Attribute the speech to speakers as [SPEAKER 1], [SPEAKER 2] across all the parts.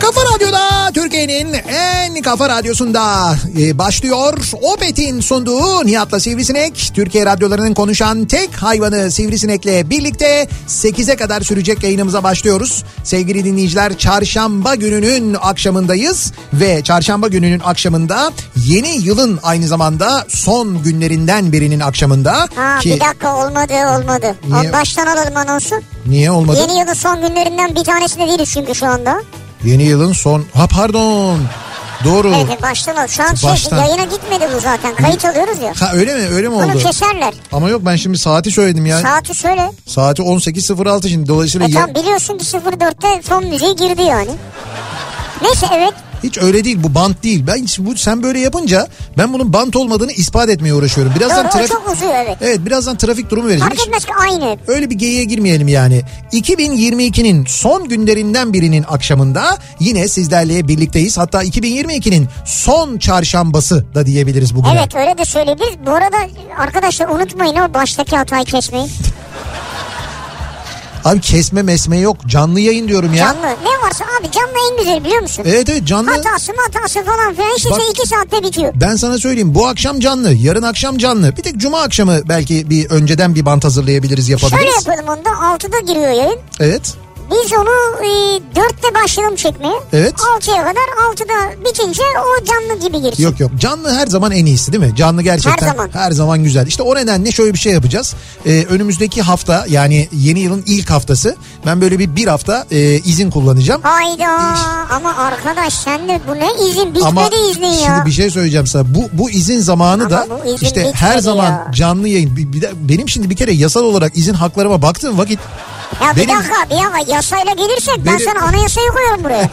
[SPEAKER 1] Kafa Radyo'da Türkiye'nin en kafa radyosunda e, başlıyor. Opet'in sunduğu Nihat'la Sivrisinek. Türkiye radyolarının konuşan tek hayvanı Sivrisinek'le birlikte 8'e kadar sürecek yayınımıza başlıyoruz. Sevgili dinleyiciler çarşamba gününün akşamındayız ve çarşamba gününün akşamında yeni yılın aynı zamanda son günlerinden birinin akşamında
[SPEAKER 2] Ha,
[SPEAKER 1] ki
[SPEAKER 2] bir dakika olmadı olmadı.
[SPEAKER 1] Niye?
[SPEAKER 2] O Baştan alalım anonsu.
[SPEAKER 1] niye olmadı?
[SPEAKER 2] Yeni yılın son günlerinden bir tanesinde değiliz çünkü şu anda.
[SPEAKER 1] Yeni yılın son ha pardon. Doğru.
[SPEAKER 2] Evet baştan al. Şu an şey,
[SPEAKER 1] Baştan.
[SPEAKER 2] yayına gitmedi bu zaten. Kayıt alıyoruz ya.
[SPEAKER 1] Ha öyle mi? Öyle mi oldu?
[SPEAKER 2] Bunu keserler.
[SPEAKER 1] Ama yok ben şimdi saati söyledim ya.
[SPEAKER 2] Saati söyle.
[SPEAKER 1] Saati 18.06 şimdi dolayısıyla
[SPEAKER 2] E
[SPEAKER 1] ya-
[SPEAKER 2] tam biliyorsun ki 04'te son müziği girdi yani. Neyse evet.
[SPEAKER 1] hiç öyle değil bu bant değil. Ben hiç bu sen böyle yapınca ben bunun bant olmadığını ispat etmeye uğraşıyorum. Birazdan
[SPEAKER 2] Doğru o
[SPEAKER 1] trafik
[SPEAKER 2] çok uzuyor evet.
[SPEAKER 1] Evet birazdan trafik durumu vereceğim.
[SPEAKER 2] Fark
[SPEAKER 1] Hiç-
[SPEAKER 2] etmez ki aynı.
[SPEAKER 1] öyle bir geyiğe girmeyelim yani. 2022'nin son günlerinden birinin akşamında yine sizlerle birlikteyiz. Hatta 2022'nin son çarşambası da diyebiliriz bugüne.
[SPEAKER 2] Evet öyle de söyleyebiliriz. Bu arada arkadaşlar unutmayın o baştaki hatayı kesmeyin.
[SPEAKER 1] Abi kesme mesme yok. Canlı yayın diyorum ya.
[SPEAKER 2] Canlı. Ne varsa abi canlı en güzel biliyor musun?
[SPEAKER 1] Evet evet canlı.
[SPEAKER 2] Hatası hatası falan filan hiç
[SPEAKER 1] Bak-
[SPEAKER 2] şey iki saatte bitiyor.
[SPEAKER 1] Ben sana söyleyeyim bu akşam canlı, yarın akşam canlı. Bir tek cuma akşamı belki bir önceden bir bant hazırlayabiliriz,
[SPEAKER 2] Şöyle
[SPEAKER 1] yapabiliriz.
[SPEAKER 2] yapalım onda 6'da giriyor yayın.
[SPEAKER 1] Evet.
[SPEAKER 2] Biz onu e, 4'te başlayalım çekmeye.
[SPEAKER 1] Evet.
[SPEAKER 2] 6'ya kadar 6'da bitince o canlı gibi girsin.
[SPEAKER 1] Yok yok. Canlı her zaman en iyisi değil mi? Canlı gerçekten
[SPEAKER 2] Her zaman.
[SPEAKER 1] zaman güzel. İşte o nedenle şöyle bir şey yapacağız. Ee, önümüzdeki hafta yani yeni yılın ilk haftası ben böyle bir bir hafta e, izin kullanacağım.
[SPEAKER 2] Hayda ama arkadaş sen de bu ne izin bitmedi
[SPEAKER 1] Ama
[SPEAKER 2] iznin ya.
[SPEAKER 1] şimdi bir şey söyleyeceğim sana. Bu bu izin zamanı
[SPEAKER 2] Ama
[SPEAKER 1] da
[SPEAKER 2] bu izin
[SPEAKER 1] işte her
[SPEAKER 2] bitmedi
[SPEAKER 1] zaman
[SPEAKER 2] ya.
[SPEAKER 1] canlı yayın. Bir- bir de benim şimdi bir kere yasal olarak izin haklarıma baktığım vakit
[SPEAKER 2] Ya bir
[SPEAKER 1] şey- Benim-
[SPEAKER 2] dakika bir dakika yasayla gelirsek ben
[SPEAKER 1] Benim-
[SPEAKER 2] sana anayasayı koyarım buraya.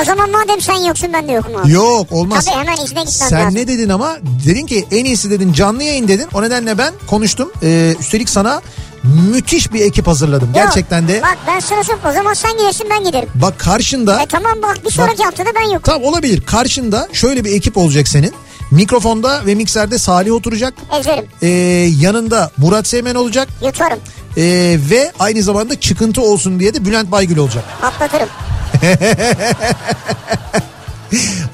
[SPEAKER 2] o zaman madem sen yoksun ben de yokum abi.
[SPEAKER 1] Yok olmaz.
[SPEAKER 2] Tabii, hemen izne gitmem
[SPEAKER 1] Sen
[SPEAKER 2] lazım.
[SPEAKER 1] ne dedin ama dedin ki en iyisi dedin canlı yayın dedin. O nedenle ben konuştum. Ee, üstelik sana müthiş bir ekip hazırladım.
[SPEAKER 2] Yok,
[SPEAKER 1] Gerçekten de bak,
[SPEAKER 2] Bak ben sana söyleyeyim, o zaman sen gidersin ben giderim.
[SPEAKER 1] karşında
[SPEAKER 2] E tamam bak bir sonraki haftada ben yokum.
[SPEAKER 1] tam olabilir. Karşında şöyle bir ekip olacak senin. Mikrofonda ve mikserde Salih oturacak.
[SPEAKER 2] Ezerim.
[SPEAKER 1] Ee, yanında Murat Seymen olacak.
[SPEAKER 2] Yutarım.
[SPEAKER 1] Ee, ve aynı zamanda çıkıntı olsun diye de Bülent Baygül olacak.
[SPEAKER 2] Atlatırım.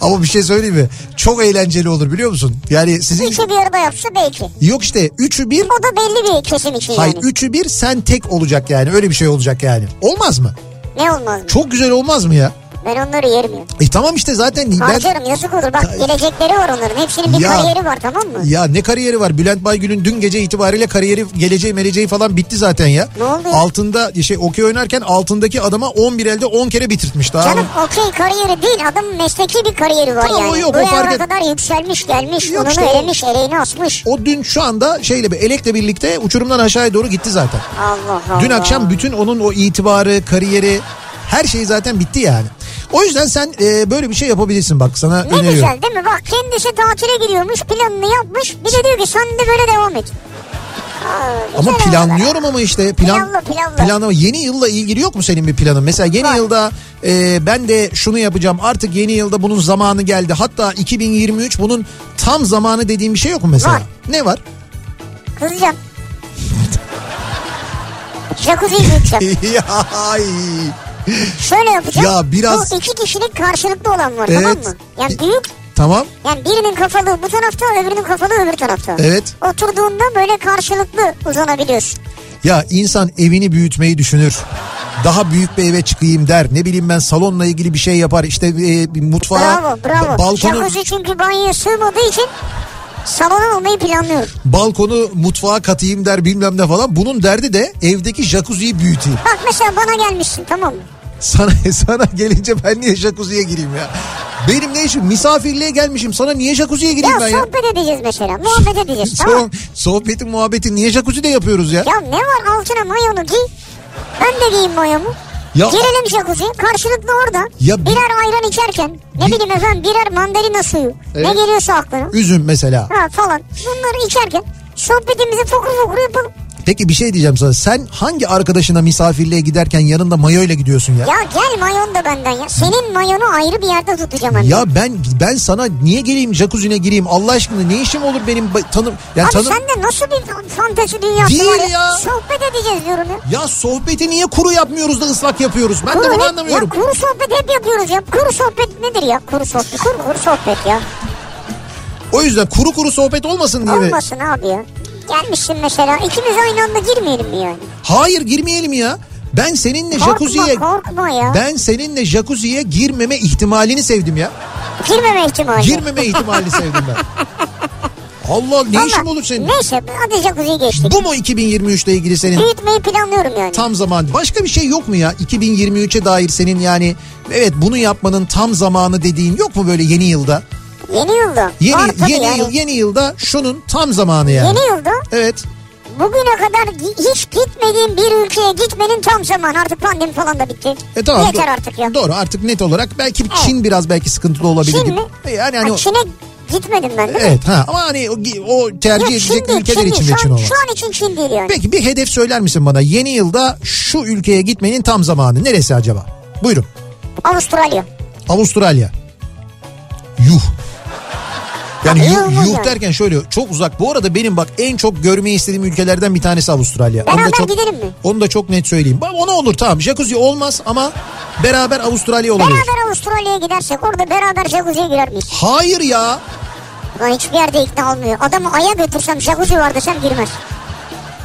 [SPEAKER 1] Ama bir şey söyleyeyim mi? Çok eğlenceli olur biliyor musun? Yani sizin
[SPEAKER 2] Üçü bir arada yapsa belki.
[SPEAKER 1] yok işte üçü bir
[SPEAKER 2] O da belli bir kesim için
[SPEAKER 1] Hayır
[SPEAKER 2] yani.
[SPEAKER 1] üçü bir sen tek olacak yani öyle bir şey olacak yani. Olmaz mı?
[SPEAKER 2] Ne olmaz mı?
[SPEAKER 1] Çok güzel olmaz mı ya?
[SPEAKER 2] Ben onları yerim ya.
[SPEAKER 1] E tamam işte zaten ben...
[SPEAKER 2] Harcarım yazık olur bak gelecekleri var onların. Hepsinin bir
[SPEAKER 1] Ya.
[SPEAKER 2] kariyeri var tamam mı?
[SPEAKER 1] Ya ne kariyeri var? Bülent Baygül'ün dün gece itibariyle kariyeri geleceği meleceği falan bitti zaten ya.
[SPEAKER 2] Ne oldu ya?
[SPEAKER 1] Altında şey okey oynarken altındaki adama 11 elde 10 kere bitirtmiş daha.
[SPEAKER 2] Canım okey kariyeri değil adamın mesleki bir kariyeri var
[SPEAKER 1] Tamam, o
[SPEAKER 2] yani.
[SPEAKER 1] yok, o
[SPEAKER 2] Buraya
[SPEAKER 1] fark et-
[SPEAKER 2] kadar yükselmiş gelmiş.
[SPEAKER 1] Yok
[SPEAKER 2] Onunu
[SPEAKER 1] işte o-
[SPEAKER 2] elemiş eleğini asmış.
[SPEAKER 1] O dün şu anda şeyle elekle birlikte uçurumdan aşağıya doğru gitti zaten.
[SPEAKER 2] Allah Allah.
[SPEAKER 1] Dün akşam bütün onun o itibarı, kariyeri her şey zaten bitti yani. O yüzden sen e, böyle bir şey yapabilirsin bak sana
[SPEAKER 2] ne
[SPEAKER 1] öneriyorum.
[SPEAKER 2] güzel değil mi? Bak kendisi tatile gidiyormuş planını yapmış. Bir de diyor ki sen de böyle devam et.
[SPEAKER 1] Ama
[SPEAKER 2] güzel
[SPEAKER 1] planlıyorum ama işte plan
[SPEAKER 2] Planlı, planlı.
[SPEAKER 1] planlama. yeni yılla ilgili yok mu senin bir planın? Mesela yeni yılda e, ben de şunu yapacağım. Artık yeni yılda bunun zamanı geldi. Hatta 2023 bunun tam zamanı dediğim bir şey yok mu mesela?
[SPEAKER 2] Var.
[SPEAKER 1] Ne var?
[SPEAKER 2] Kızacağım. Jacuzzi'yi yiyeceğim.
[SPEAKER 1] Ay.
[SPEAKER 2] Şöyle yapacağım.
[SPEAKER 1] Ya biraz-
[SPEAKER 2] Bu iki kişilik karşılıklı olan var tamam
[SPEAKER 1] Evet.
[SPEAKER 2] mı? Yani büyük
[SPEAKER 1] tamam.
[SPEAKER 2] yani birinin kafalığı bu tarafta öbürünün kafalığı öbür tarafta.
[SPEAKER 1] Evet.
[SPEAKER 2] Oturduğunda böyle karşılıklı uzanabiliyorsun.
[SPEAKER 1] Ya insan evini büyütmeyi düşünür. Daha büyük bir eve çıkayım der. Ne bileyim ben salonla ilgili bir şey yapar. İşte e, bir mutfağa,
[SPEAKER 2] Bravo bravo.
[SPEAKER 1] ba- balkonu,
[SPEAKER 2] Jacuzzi çünkü banyoya sığmadığı için salona olmayı planlıyorum.
[SPEAKER 1] balkonu mutfağa katayım der bilmem ne falan. Bunun derdi de evdeki jacuzziyi büyüteyim.
[SPEAKER 2] Bak mesela bana gelmişsin tamam mı?
[SPEAKER 1] Sana sana gelince ben niye jacuzziye gireyim ya? Benim ne işim? Misafirliğe gelmişim. Sana niye jacuzziye
[SPEAKER 2] Ya
[SPEAKER 1] gireyim ben ya?
[SPEAKER 2] sohbet edeceğiz mesela. Muhabbet edeceğiz tamam.
[SPEAKER 1] So- sohbetin muhabbetin niye jacuzzi de yapıyoruz ya?
[SPEAKER 2] Ya ne var altına mayonu giy. Ben de giyeyim mayomu.
[SPEAKER 1] Ya-
[SPEAKER 2] Girelim jacuzziye karşılıklı orada.
[SPEAKER 1] Ya bi-
[SPEAKER 2] birer ayran içerken. Ne
[SPEAKER 1] Bi-
[SPEAKER 2] bileyim efendim birer mandalina suyu.
[SPEAKER 1] Evet.
[SPEAKER 2] Ne geliyorsa aklına.
[SPEAKER 1] Üzüm mesela.
[SPEAKER 2] Ha falan. Bunları içerken sohbetimizi fokur fokur yapalım.
[SPEAKER 1] Peki bir şey diyeceğim sana. Sen hangi arkadaşına misafirliğe giderken yanında mayoyla gidiyorsun ya?
[SPEAKER 2] Ya gel mayon da benden ya. Senin mayonu ayrı bir yerde tutacağım hani.
[SPEAKER 1] Ya ben ben sana niye geleyim jacuzzi'ne gireyim Allah aşkına ne işim olur benim ba- tanım ya
[SPEAKER 2] Abi
[SPEAKER 1] tanım
[SPEAKER 2] sen de nasıl bir fantezi dünyası
[SPEAKER 1] Değil
[SPEAKER 2] var ya?
[SPEAKER 1] ya.
[SPEAKER 2] Sohbet edeceğiz diyorum ya.
[SPEAKER 1] ya sohbeti niye kuru yapmıyoruz da ıslak yapıyoruz ben de bunu
[SPEAKER 2] hep-
[SPEAKER 1] anlamıyorum.
[SPEAKER 2] Ya kuru sohbet hep yapıyoruz ya. Kuru sohbet nedir ya? Kuru sohbet. Kuru, kuru sohbet ya.
[SPEAKER 1] O yüzden kuru kuru sohbet olmasın diye. mi?
[SPEAKER 2] Olmasın abi ya. Gelmişsin mesela. ikimiz aynı anda girmeyelim mi yani?
[SPEAKER 1] Hayır girmeyelim ya. Ben seninle jacuzziye
[SPEAKER 2] Korkma korkma ya.
[SPEAKER 1] ben seninle jacuzziye girmeme ihtimalini sevdim ya.
[SPEAKER 2] Girmeme ihtimali.
[SPEAKER 1] Girmeme ihtimalini sevdim ben. Allah ne
[SPEAKER 2] Ama
[SPEAKER 1] işim olur senin?
[SPEAKER 2] Neyse hadi jacuzziyi geçtik.
[SPEAKER 1] Bu mu 2023'te ilgili senin
[SPEAKER 2] Büyütmeyi planlıyorum yani.
[SPEAKER 1] tam zaman? Başka bir şey yok mu ya? 2023'e dair senin yani evet bunu yapmanın tam zamanı dediğin yok mu böyle yeni yılda?
[SPEAKER 2] Yeni yılda.
[SPEAKER 1] Yeni
[SPEAKER 2] Var tabii
[SPEAKER 1] yeni
[SPEAKER 2] yani.
[SPEAKER 1] yıl yeni yılda şunun tam zamanı yani.
[SPEAKER 2] Yeni yılda
[SPEAKER 1] Evet.
[SPEAKER 2] bugüne kadar gi- hiç gitmediğim bir ülkeye gitmenin tam zamanı. Artık pandemi falan da bitti.
[SPEAKER 1] E tamam.
[SPEAKER 2] Yeter
[SPEAKER 1] do-
[SPEAKER 2] artık ya.
[SPEAKER 1] Doğru artık net olarak belki Çin biraz belki sıkıntılı olabilir.
[SPEAKER 2] Çin
[SPEAKER 1] gibi.
[SPEAKER 2] mi?
[SPEAKER 1] Yani hani
[SPEAKER 2] Ha,
[SPEAKER 1] o-
[SPEAKER 2] Çin'e gitmedim ben değil mi?
[SPEAKER 1] Evet ha ama hani o, o tercih
[SPEAKER 2] Yok,
[SPEAKER 1] edilecek
[SPEAKER 2] değil,
[SPEAKER 1] ülkeler
[SPEAKER 2] değil.
[SPEAKER 1] için
[SPEAKER 2] şu
[SPEAKER 1] de Çin
[SPEAKER 2] an,
[SPEAKER 1] olmaz.
[SPEAKER 2] Şu an için Çin değil yani.
[SPEAKER 1] Peki bir hedef söyler misin bana? Yeni yılda şu ülkeye gitmenin tam zamanı neresi acaba? Buyurun.
[SPEAKER 2] Avustralya.
[SPEAKER 1] Avustralya. Yuh. Yani
[SPEAKER 2] Ha, iyi
[SPEAKER 1] yuh,
[SPEAKER 2] olmaz
[SPEAKER 1] yuh
[SPEAKER 2] yani.
[SPEAKER 1] derken şöyle çok uzak. Bu arada benim bak en çok görmeyi istediğim ülkelerden bir tanesi Avustralya. Onu da
[SPEAKER 2] Beraber
[SPEAKER 1] çok,
[SPEAKER 2] gidelim mi?
[SPEAKER 1] Onu da çok net söyleyeyim. Bak Ona olur tamam. Jacuzzi olmaz ama beraber Avustralya olabilir.
[SPEAKER 2] Beraber Avustralya'ya gidersek orada beraber jacuzziye girer miyiz?
[SPEAKER 1] Hayır ya.
[SPEAKER 2] Lan hiçbir yerde ikna olmuyor. Adamı aya götürsem jacuzzi var desem girmez.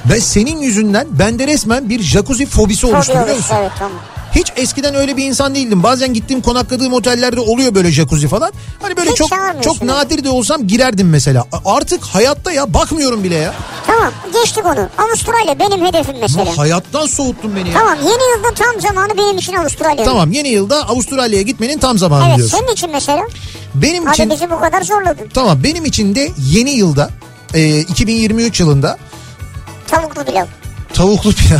[SPEAKER 1] Ben senin yüzünden bende resmen bir jacuzzi fobisi oluştu
[SPEAKER 2] Tabii
[SPEAKER 1] biliyor
[SPEAKER 2] olur,
[SPEAKER 1] musun?
[SPEAKER 2] Evet tamam.
[SPEAKER 1] Hiç eskiden öyle bir insan değildim. Bazen gittiğim konakladığım otellerde oluyor böyle jacuzzi falan. Hani böyle
[SPEAKER 2] Hiç
[SPEAKER 1] çok
[SPEAKER 2] çağırmıyorsun
[SPEAKER 1] çok
[SPEAKER 2] yani.
[SPEAKER 1] nadir de olsam girerdim mesela. A- Artık hayatta ya bakmıyorum bile ya.
[SPEAKER 2] Tamam geçtik onu. Avustralya benim hedefim mesela.
[SPEAKER 1] Bu hayattan soğuttun beni ya.
[SPEAKER 2] Tamam yeni yılda tam zamanı benim için Avustralya.
[SPEAKER 1] Tamam yeni yılda Avustralya'ya gitmenin tam zamanı
[SPEAKER 2] Evet
[SPEAKER 1] diyorsun.
[SPEAKER 2] senin için mesela.
[SPEAKER 1] Benim
[SPEAKER 2] Hadi
[SPEAKER 1] için
[SPEAKER 2] bizi bu kadar zorladın.
[SPEAKER 1] tamam benim için de yeni yılda e, 2023 yılında
[SPEAKER 2] Tavuklu pilav.
[SPEAKER 1] tavuklu pilav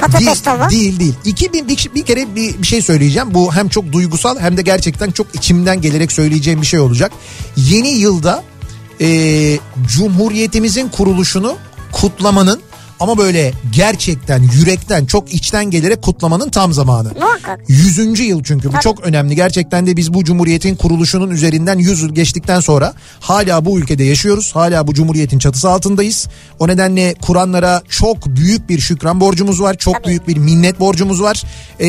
[SPEAKER 2] Patates
[SPEAKER 1] değil,
[SPEAKER 2] tava.
[SPEAKER 1] değil değil. 2000 bir, bir kere bir, bir şey söyleyeceğim. Bu hem çok duygusal hem de gerçekten çok içimden gelerek söyleyeceğim bir şey olacak. Yeni yılda e, Cumhuriyetimizin kuruluşunu kutlamanın ama böyle gerçekten yürekten çok içten gelerek kutlamanın tam zamanı.
[SPEAKER 2] Muhakkak.
[SPEAKER 1] 100. yıl çünkü bu
[SPEAKER 2] Tabii.
[SPEAKER 1] çok önemli. Gerçekten de biz bu cumhuriyetin kuruluşunun üzerinden 100 yıl geçtikten sonra hala bu ülkede yaşıyoruz. Hala bu cumhuriyetin çatısı altındayız. O nedenle Kur'anlara çok büyük bir şükran borcumuz var. Çok
[SPEAKER 2] Tabii.
[SPEAKER 1] büyük bir minnet borcumuz var. Ee,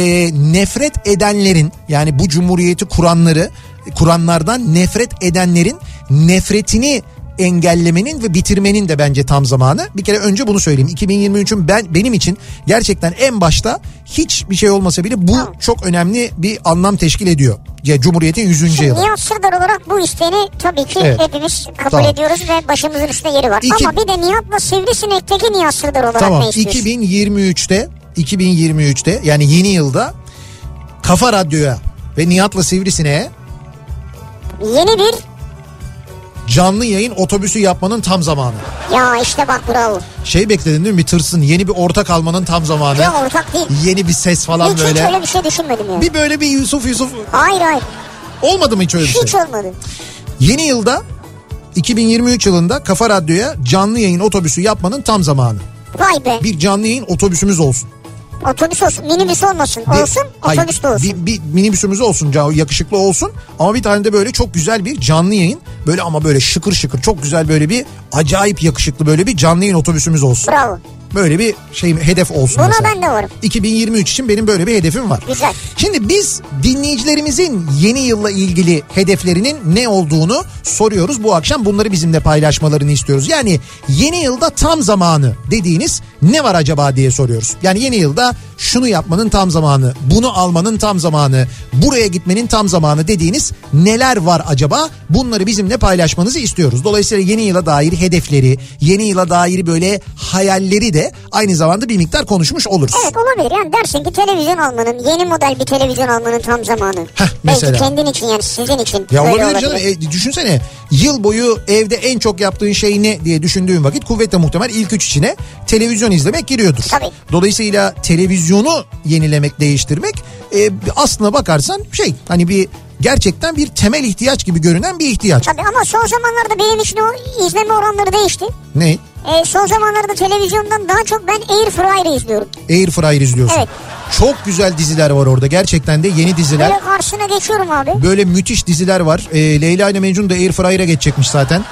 [SPEAKER 1] nefret edenlerin yani bu cumhuriyeti kuranları kuranlardan nefret edenlerin nefretini engellemenin ve bitirmenin de bence tam zamanı. Bir kere önce bunu söyleyeyim. 2023'ün ben benim için gerçekten en başta hiçbir şey olmasa bile bu
[SPEAKER 2] Tamam.
[SPEAKER 1] çok önemli bir anlam teşkil ediyor. Ya Cumhuriyet'in 100. yılı.
[SPEAKER 2] Nihat Sırdar olarak bu isteğini tabii ki
[SPEAKER 1] şey Evet.
[SPEAKER 2] hepimiz kabul
[SPEAKER 1] Tamam.
[SPEAKER 2] ediyoruz ve başımızın üstünde yeri var.
[SPEAKER 1] İki-
[SPEAKER 2] Ama bir de Nihat'la Sivrisinek'teki Nihat Sırdar olarak
[SPEAKER 1] Tamam.
[SPEAKER 2] ne istiyorsun?
[SPEAKER 1] 2023'te 2023'te yani yeni yılda Kafa Radyo'ya ve Nihat'la Sivrisine'ye
[SPEAKER 2] Yeni bir
[SPEAKER 1] canlı yayın otobüsü yapmanın tam zamanı.
[SPEAKER 2] ya işte bak bravo.
[SPEAKER 1] Şey bekledin değil mi? Bir tırsın. Yeni bir ortak almanın tam zamanı.
[SPEAKER 2] Ya ortak değil.
[SPEAKER 1] Yeni bir ses falan
[SPEAKER 2] Hiç hiç
[SPEAKER 1] böyle.
[SPEAKER 2] öyle bir şey düşünmedim ya.
[SPEAKER 1] Bir böyle bir Yusuf Yusuf
[SPEAKER 2] Hayır hayır.
[SPEAKER 1] olmadı mı hiç öyle bir şey?
[SPEAKER 2] Hiç olmadı.
[SPEAKER 1] Yeni yılda 2023 yılında Kafa Radyo'ya canlı yayın otobüsü yapmanın tam zamanı.
[SPEAKER 2] Vay be.
[SPEAKER 1] Bir canlı yayın otobüsümüz olsun.
[SPEAKER 2] Otobüs olsun. Minibüs olmasın.
[SPEAKER 1] De-
[SPEAKER 2] Olsun.
[SPEAKER 1] Hayır,
[SPEAKER 2] Otobüs de olsun.
[SPEAKER 1] Bir, bir minibüsümüz olsun ca- yakışıklı olsun ama bir tane de böyle çok güzel bir canlı yayın böyle ama böyle şıkır şıkır çok güzel böyle bir acayip yakışıklı böyle bir canlı yayın otobüsümüz olsun.
[SPEAKER 2] Bravo.
[SPEAKER 1] Böyle bir şey hedef olsun
[SPEAKER 2] Buna
[SPEAKER 1] mesela.
[SPEAKER 2] ben de varım.
[SPEAKER 1] 2023 için benim böyle bir hedefim var.
[SPEAKER 2] Güzel.
[SPEAKER 1] Şimdi biz dinleyicilerimizin yeni yılla ilgili hedeflerinin ne olduğunu soruyoruz. Bu akşam bunları bizimle paylaşmalarını istiyoruz. Yani yeni yılda tam zamanı dediğiniz ne var acaba diye soruyoruz. Yani yeni yılda şunu yapmanın tam zamanı, bunu almanın tam zamanı, buraya gitmenin tam zamanı dediğiniz neler var acaba? Bunları bizimle paylaşmanızı istiyoruz. Dolayısıyla yeni yıla dair hedefleri, yeni yıla dair böyle hayalleri de aynı zamanda bir miktar konuşmuş oluruz.
[SPEAKER 2] Evet olabilir yani dersin ki televizyon almanın yeni model bir televizyon almanın tam zamanı.
[SPEAKER 1] mesela.
[SPEAKER 2] Belki kendin için yani sizin için.
[SPEAKER 1] Ya
[SPEAKER 2] böyle
[SPEAKER 1] olabilir, canım. E, düşünsene yıl boyu evde en çok yaptığın şey ne diye düşündüğün vakit kuvvetle muhtemel ilk üç içine televizyon izlemek giriyordur.
[SPEAKER 2] Tabii.
[SPEAKER 1] Dolayısıyla televizyonu yenilemek, değiştirmek e, aslına bakarsan şey hani bir gerçekten bir temel ihtiyaç gibi görünen bir ihtiyaç.
[SPEAKER 2] Tabii ama son zamanlarda benim için o izleme oranları değişti.
[SPEAKER 1] Ne?
[SPEAKER 2] E, son zamanlarda televizyondan daha çok ben Air Fryer'ı izliyorum.
[SPEAKER 1] Air Fryer izliyorsun.
[SPEAKER 2] Evet.
[SPEAKER 1] Çok güzel diziler var orada gerçekten de yeni diziler.
[SPEAKER 2] Böyle karşısına geçiyorum abi.
[SPEAKER 1] Böyle müthiş diziler var. E, Leyla ile Mecnun da Air Fryer'a geçecekmiş zaten.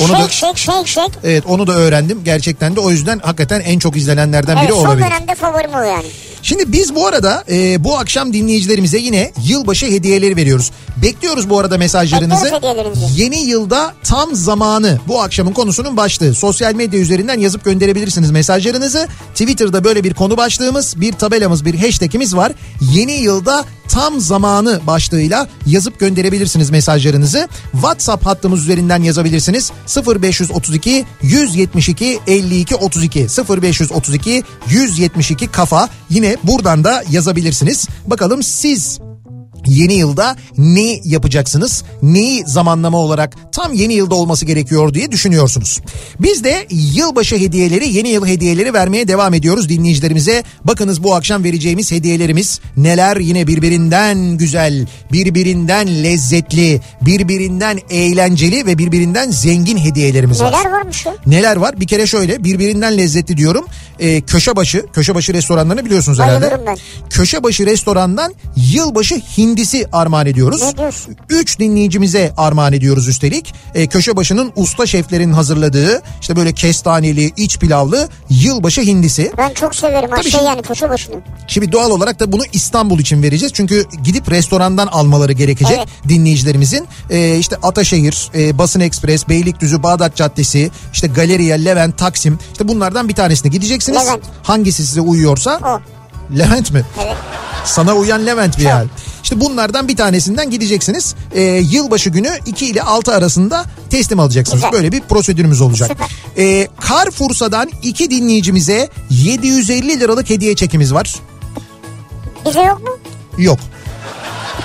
[SPEAKER 1] Onu da
[SPEAKER 2] Shake shake shake shake.
[SPEAKER 1] Evet onu da öğrendim. Gerçekten de o yüzden hakikaten en çok izlenenlerden
[SPEAKER 2] Evet
[SPEAKER 1] biri
[SPEAKER 2] son
[SPEAKER 1] olabilir.
[SPEAKER 2] dönemde favorim o yani.
[SPEAKER 1] Şimdi biz bu arada e, bu akşam dinleyicilerimize yine yılbaşı hediyeleri veriyoruz. Bekliyoruz bu arada mesajlarınızı.
[SPEAKER 2] Bekliyoruz hediyelerinizi.
[SPEAKER 1] Yeni yılda tam zamanı bu akşamın konusunun başlığı. Sosyal medya üzerinden yazıp gönderebilirsiniz mesajlarınızı. Twitter'da böyle bir konu başlığımız, bir tabelamız, bir hashtagimiz var. Yeni yılda tam zamanı başlığıyla yazıp gönderebilirsiniz mesajlarınızı. WhatsApp hattımız üzerinden yazabilirsiniz. 0532 172 52 32 0532 172 kafa. Yine buradan da yazabilirsiniz. Bakalım siz Yeni yılda ne yapacaksınız? Neyi zamanlama olarak tam yeni yılda olması gerekiyor diye düşünüyorsunuz. Biz de yılbaşı hediyeleri, yeni yıl hediyeleri vermeye devam ediyoruz dinleyicilerimize. Bakınız bu akşam vereceğimiz hediyelerimiz neler yine birbirinden güzel, birbirinden lezzetli, birbirinden eğlenceli ve birbirinden zengin hediyelerimiz var.
[SPEAKER 2] Neler varmış ya?
[SPEAKER 1] Neler var? Bir kere şöyle birbirinden lezzetli diyorum. Ee, köşebaşı, köşebaşı restoranlarını biliyorsunuz herhalde.
[SPEAKER 2] Bayılırım ben.
[SPEAKER 1] Köşebaşı restorandan yılbaşı hindisi armağan ediyoruz.
[SPEAKER 2] Ne diyorsun?
[SPEAKER 1] Üç dinleyicimize armağan ediyoruz üstelik. Ee, köşebaşının usta şeflerin hazırladığı işte böyle kestaneli, iç pilavlı yılbaşı hindisi.
[SPEAKER 2] Ben çok severim ha
[SPEAKER 1] Tabii
[SPEAKER 2] şey
[SPEAKER 1] şimdi-
[SPEAKER 2] yani köşe başını.
[SPEAKER 1] Şimdi doğal olarak da bunu İstanbul için vereceğiz. Çünkü gidip restorandan almaları gerekecek
[SPEAKER 2] Evet.
[SPEAKER 1] dinleyicilerimizin. Ee, işte Ataşehir, e, Basın Ekspres, Beylikdüzü, Bağdat Caddesi, işte Galeriya, Levent, Taksim. İşte bunlardan bir tanesine gideceksiniz.
[SPEAKER 2] Levent.
[SPEAKER 1] Hangisi size uyuyorsa.
[SPEAKER 2] O.
[SPEAKER 1] Levent mi?
[SPEAKER 2] Evet.
[SPEAKER 1] Sana uyan Levent bir hal. İşte bunlardan bir tanesinden gideceksiniz. Ee, yılbaşı günü 2 ile 6 arasında teslim alacaksınız.
[SPEAKER 2] Güzel.
[SPEAKER 1] Böyle bir prosedürümüz olacak.
[SPEAKER 2] Süper.
[SPEAKER 1] Ee, Carrefour'dan iki dinleyicimize 750 liralık hediye çekimiz var.
[SPEAKER 2] Bize yok mu?
[SPEAKER 1] Yok.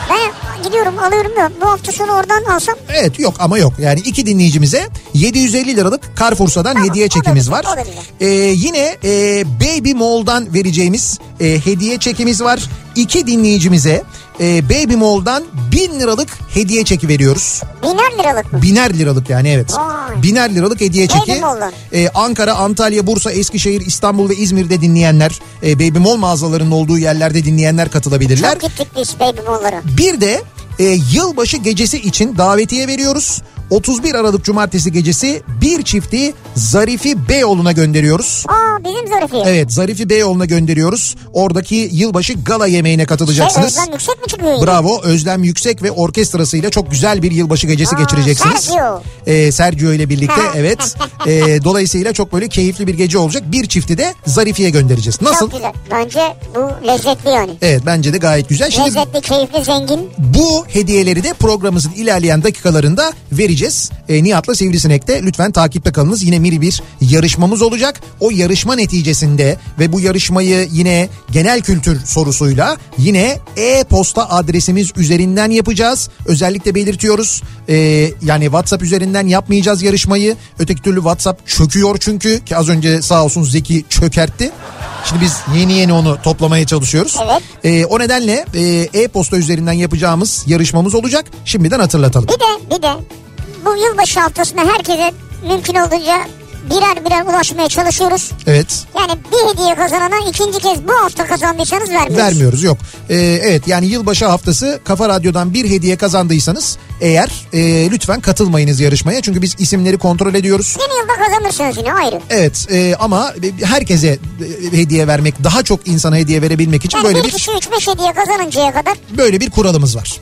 [SPEAKER 2] Ben gidiyorum alıyorum da bu hafta sonu oradan alsam
[SPEAKER 1] Evet yok ama yok. Yani iki dinleyicimize 750 liralık Carrefour'dan
[SPEAKER 2] Tamam,
[SPEAKER 1] hediye çekimiz var.
[SPEAKER 2] olabilir, olabilir.
[SPEAKER 1] Ee, yine e, Baby Mall'dan vereceğimiz e, hediye çekimiz var. İki dinleyicimize e, Baby Mall'dan 1000 liralık hediye çeki veriyoruz.
[SPEAKER 2] biner liralık mı?
[SPEAKER 1] Biner liralık yani evet.
[SPEAKER 2] Vay.
[SPEAKER 1] Biner liralık hediye
[SPEAKER 2] Baby
[SPEAKER 1] çeki.
[SPEAKER 2] Mall'dan.
[SPEAKER 1] Ee, Ankara, Antalya, Bursa, Eskişehir, İstanbul ve İzmir'de dinleyenler, e, Baby Mall mağazalarının olduğu yerlerde dinleyenler katılabilirler.
[SPEAKER 2] Çok gittik biz baby mall'lara.
[SPEAKER 1] Bir de e, yılbaşı gecesi için davetiye veriyoruz. 31 Aralık Cumartesi gecesi bir çifti Zarifi Beyoğlu'na gönderiyoruz.
[SPEAKER 2] Aa bizim zarifiye.
[SPEAKER 1] Evet Zarifi Beyoğlu'na gönderiyoruz. Oradaki yılbaşı gala yemeğine
[SPEAKER 2] Şey,
[SPEAKER 1] katılacaksınız.
[SPEAKER 2] Özlem yüksek mi çıkıyor? yine?
[SPEAKER 1] Bravo Özlem Yüksek ve orkestrasıyla çok güzel bir yılbaşı gecesi
[SPEAKER 2] Aa,
[SPEAKER 1] geçireceksiniz.
[SPEAKER 2] Sergio.
[SPEAKER 1] Ee, Sergio ile birlikte
[SPEAKER 2] Ha.
[SPEAKER 1] evet. Ee, dolayısıyla çok böyle keyifli bir gece olacak. Bir çifti de Zarifi'ye göndereceğiz. Nasıl?
[SPEAKER 2] Çok güzel. Bence bu lezzetli yani.
[SPEAKER 1] Evet bence de gayet güzel. E, Şimdi
[SPEAKER 2] Lezzetli, keyifli, zengin.
[SPEAKER 1] bu hediyeleri de programımızın ilerleyen dakikalarında vereceğiz. E, Nihat'la Sivrisinek'te lütfen takipte kalınız. Yine mini bir yarışmamız olacak. O yarışma neticesinde ve bu yarışmayı yine genel kültür sorusuyla yine e-posta adresimiz üzerinden yapacağız. Özellikle belirtiyoruz. E, yani WhatsApp üzerinden yapmayacağız yarışmayı. Öteki türlü WhatsApp çöküyor çünkü ki az önce sağ olsun Zeki çökertti. Şimdi biz yeni yeni onu toplamaya çalışıyoruz.
[SPEAKER 2] Evet.
[SPEAKER 1] Ee, o nedenle e, e-posta üzerinden yapacağımız yarışmamız olacak. Şimdiden hatırlatalım.
[SPEAKER 2] Bir de bir de bu yılbaşı haftasında herkese mümkün olduğunca birer birer ulaşmaya çalışıyoruz.
[SPEAKER 1] Evet.
[SPEAKER 2] Yani bir hediye kazanana ikinci kez bu hafta kazandıysanız vermiyoruz.
[SPEAKER 1] Vermiyoruz yok. Ee, evet yani yılbaşı haftası Kafa Radyo'dan bir hediye kazandıysanız eğer e, lütfen katılmayınız yarışmaya. Çünkü biz isimleri kontrol ediyoruz.
[SPEAKER 2] Yeni yılda kazanırsınız yine ayrı.
[SPEAKER 1] Evet e, ama herkese e, hediye vermek daha çok insana hediye verebilmek için
[SPEAKER 2] Yani
[SPEAKER 1] böyle
[SPEAKER 2] bir
[SPEAKER 1] bir
[SPEAKER 2] kişi 3-5 hediye kazanıncaya kadar
[SPEAKER 1] böyle bir kuralımız var.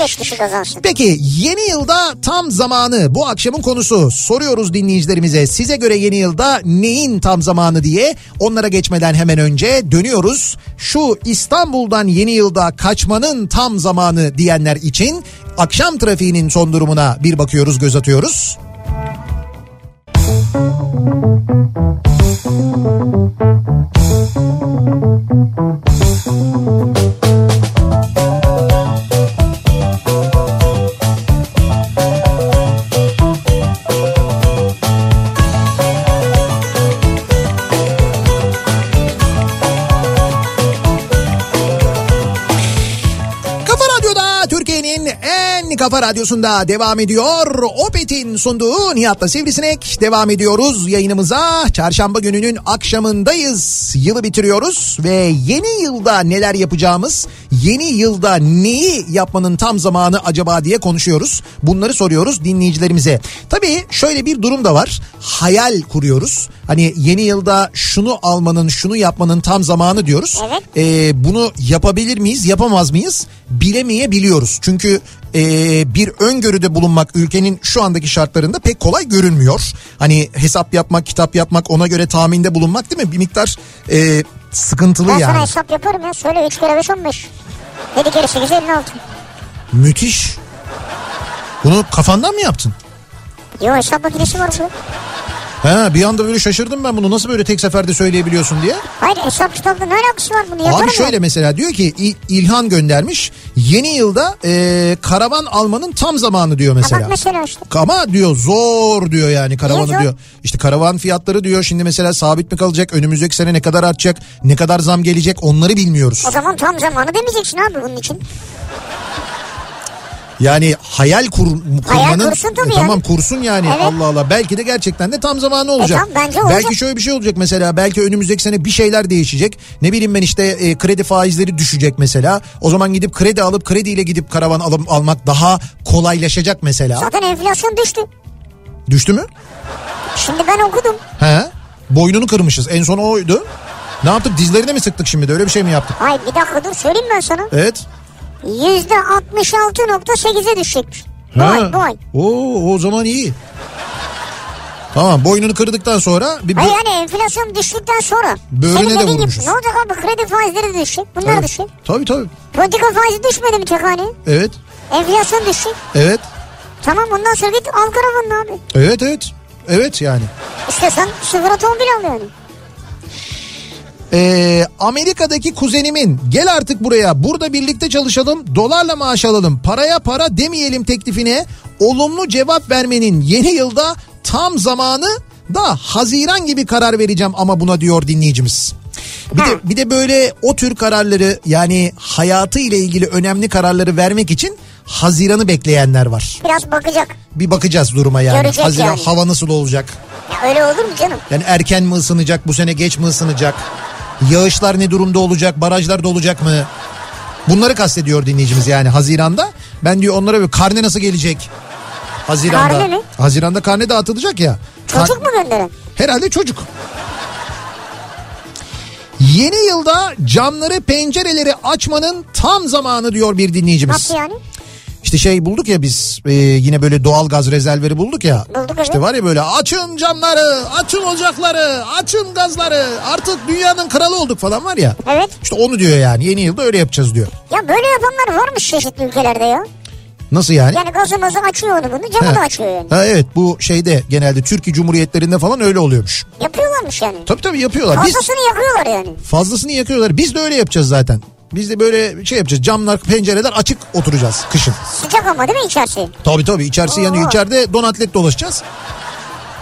[SPEAKER 2] 3-5 kişi kazansın.
[SPEAKER 1] Peki yeni yılda tam zamanı bu akşamın konusu. Soruyoruz dinleyicilerimize size göre yeni yılda neyin tam zamanı diye. Onlara geçmeden hemen önce dönüyoruz. Şu İstanbul'dan yeni yılda kaçmanın tam zamanı diyenler için akşam trafiğinin son durumuna bir bakıyoruz, göz atıyoruz. Kafa Radyo'da Türkiye'nin en kafa radyosunda devam ediyor. Opet'in sunduğu Nihat'la Sivrisinek devam ediyoruz yayınımıza. Çarşamba gününün akşamındayız. Yılı bitiriyoruz ve yeni yılda neler yapacağımız, yeni yılda neyi yapmanın tam zamanı acaba diye konuşuyoruz. Bunları soruyoruz dinleyicilerimize. Tabii şöyle bir durum da var. Hayal kuruyoruz. Hani yeni yılda şunu almanın, şunu yapmanın tam zamanı diyoruz.
[SPEAKER 2] Evet.
[SPEAKER 1] Ee, bunu yapabilir miyiz, yapamaz mıyız bilemeyebiliyoruz. Çünkü ee, bir öngörüde bulunmak ülkenin şu andaki şartlarında pek kolay görünmüyor. Hani hesap yapmak, kitap yapmak, ona göre tahminde bulunmak değil mi? Bir miktar ee, sıkıntılı
[SPEAKER 2] Ben sana
[SPEAKER 1] yani.
[SPEAKER 2] hesap yaparım ya. Söyle 3 kere 5 15. 7 kere 8 56.
[SPEAKER 1] Müthiş. Bunu kafandan mı yaptın?
[SPEAKER 2] Yo hesap makinesi var bu.
[SPEAKER 1] Ha bir anda böyle şaşırdım ben bunu nasıl böyle tek seferde söyleyebiliyorsun diye.
[SPEAKER 2] Hayır hesap kitabında ne alakası var bunu yaparım
[SPEAKER 1] Abi şöyle
[SPEAKER 2] ya.
[SPEAKER 1] mesela diyor ki İl- İlhan göndermiş yeni yılda e, karavan almanın tam zamanı diyor
[SPEAKER 2] Ha
[SPEAKER 1] mesela.
[SPEAKER 2] Bak mesela işte.
[SPEAKER 1] Ama diyor zor diyor yani karavanı
[SPEAKER 2] Niye zor?
[SPEAKER 1] diyor. İşte karavan fiyatları diyor şimdi mesela sabit mi kalacak önümüzdeki sene ne kadar artacak ne kadar zam gelecek onları bilmiyoruz.
[SPEAKER 2] O zaman tam zamanı demeyeceksin abi bunun için.
[SPEAKER 1] Yani hayal kur, kurmanın
[SPEAKER 2] kursun tabii
[SPEAKER 1] E, tamam
[SPEAKER 2] yani.
[SPEAKER 1] kursun yani
[SPEAKER 2] Evet. E,
[SPEAKER 1] Allah Allah belki de gerçekten de tam zamanı olacak.
[SPEAKER 2] tamam, bence olacak.
[SPEAKER 1] Belki şöyle bir şey olacak mesela belki önümüzdeki sene bir şeyler değişecek. Ne bileyim ben işte e, kredi faizleri düşecek mesela. O zaman gidip kredi alıp krediyle gidip karavan alıp almak daha kolaylaşacak mesela.
[SPEAKER 2] Zaten enflasyon düştü.
[SPEAKER 1] Düştü mü?
[SPEAKER 2] Şimdi ben okudum.
[SPEAKER 1] He. Boynunu kırmışız. En son oydu. Ne yaptık? Dizlerine mi sıktık şimdi de? Öyle bir şey mi yaptık?
[SPEAKER 2] Hayır bir dakika dur söyleyeyim ben sana.
[SPEAKER 1] Evet.
[SPEAKER 2] Yüzde 66.8'e düşecekmiş. Bu
[SPEAKER 1] Ha.
[SPEAKER 2] ay bu ay.
[SPEAKER 1] Oo, o zaman iyi. Tamam boynunu kırdıktan sonra bir
[SPEAKER 2] Hayır yani enflasyon düştükten sonra.
[SPEAKER 1] Böğrüne
[SPEAKER 2] Senin
[SPEAKER 1] de
[SPEAKER 2] dediğin gibi
[SPEAKER 1] vurmuşuz.
[SPEAKER 2] Ne olacak abi kredi faizleri de düşecek. Bunlar
[SPEAKER 1] Evet.
[SPEAKER 2] düşecek.
[SPEAKER 1] Tabii tabii.
[SPEAKER 2] Politika faizi düşmedi mi tek hani?
[SPEAKER 1] Evet.
[SPEAKER 2] Enflasyon düşecek.
[SPEAKER 1] Evet.
[SPEAKER 2] Tamam bundan sonra git al karavanını abi.
[SPEAKER 1] Evet evet. Evet yani.
[SPEAKER 2] İstesen sıfır otomobil al yani.
[SPEAKER 1] Ee, Amerika'daki kuzenimin gel artık buraya burada birlikte çalışalım dolarla maaş alalım paraya para demeyelim teklifine olumlu cevap vermenin yeni yılda tam zamanı da Haziran gibi karar vereceğim ama buna diyor dinleyicimiz. Bir de, bir de böyle o tür kararları yani hayatı ile ilgili önemli kararları vermek için Haziran'ı bekleyenler var.
[SPEAKER 2] Biraz bakacak.
[SPEAKER 1] Bir bakacağız duruma yani.
[SPEAKER 2] Görecek
[SPEAKER 1] Haziran
[SPEAKER 2] yani.
[SPEAKER 1] hava nasıl olacak?
[SPEAKER 2] Ya öyle olur mu canım?
[SPEAKER 1] Yani erken mi ısınacak bu sene geç mi ısınacak? Yağışlar ne durumda olacak? Barajlar dolacak mı? Bunları kastediyor dinleyicimiz yani Haziran'da. Ben diyor onlara bir karne nasıl gelecek? Haziran'da.
[SPEAKER 2] Karne mi?
[SPEAKER 1] Haziranda karne dağıtılacak ya. Kar-
[SPEAKER 2] Çocuk mu gönderen?
[SPEAKER 1] Herhalde çocuk. Yeni yılda camları pencereleri açmanın tam zamanı diyor bir dinleyicimiz.
[SPEAKER 2] Nasıl yani?
[SPEAKER 1] İşte şey bulduk ya biz e, yine böyle doğal gaz rezervleri bulduk ya.
[SPEAKER 2] Bulduk, evet.
[SPEAKER 1] İşte var ya böyle açın camları, açın ocakları, açın gazları. Artık dünyanın kralı olduk falan var ya.
[SPEAKER 2] Evet.
[SPEAKER 1] İşte onu diyor yani yeni yılda öyle yapacağız diyor.
[SPEAKER 2] Ya böyle yapanlar varmış çeşitli ülkelerde ya.
[SPEAKER 1] Nasıl yani?
[SPEAKER 2] Yani gazımızı açıyor onu bunu camı
[SPEAKER 1] Ha.
[SPEAKER 2] da açıyor yani.
[SPEAKER 1] Ha evet bu şeyde genelde Türkiye Cumhuriyetlerinde falan öyle oluyormuş.
[SPEAKER 2] Yapıyorlarmış yani.
[SPEAKER 1] Tabii tabii yapıyorlar. Biz
[SPEAKER 2] Fazlasını yakıyorlar yani.
[SPEAKER 1] fazlasını yakıyorlar. Biz de öyle yapacağız zaten. Biz de böyle şey yapacağız. Camlar, pencereler açık oturacağız kışın.
[SPEAKER 2] Sıcak ama değil mi içerisi?
[SPEAKER 1] Tabii tabii içerisi
[SPEAKER 2] Oo.
[SPEAKER 1] yanıyor. İçeride donatlet dolaşacağız.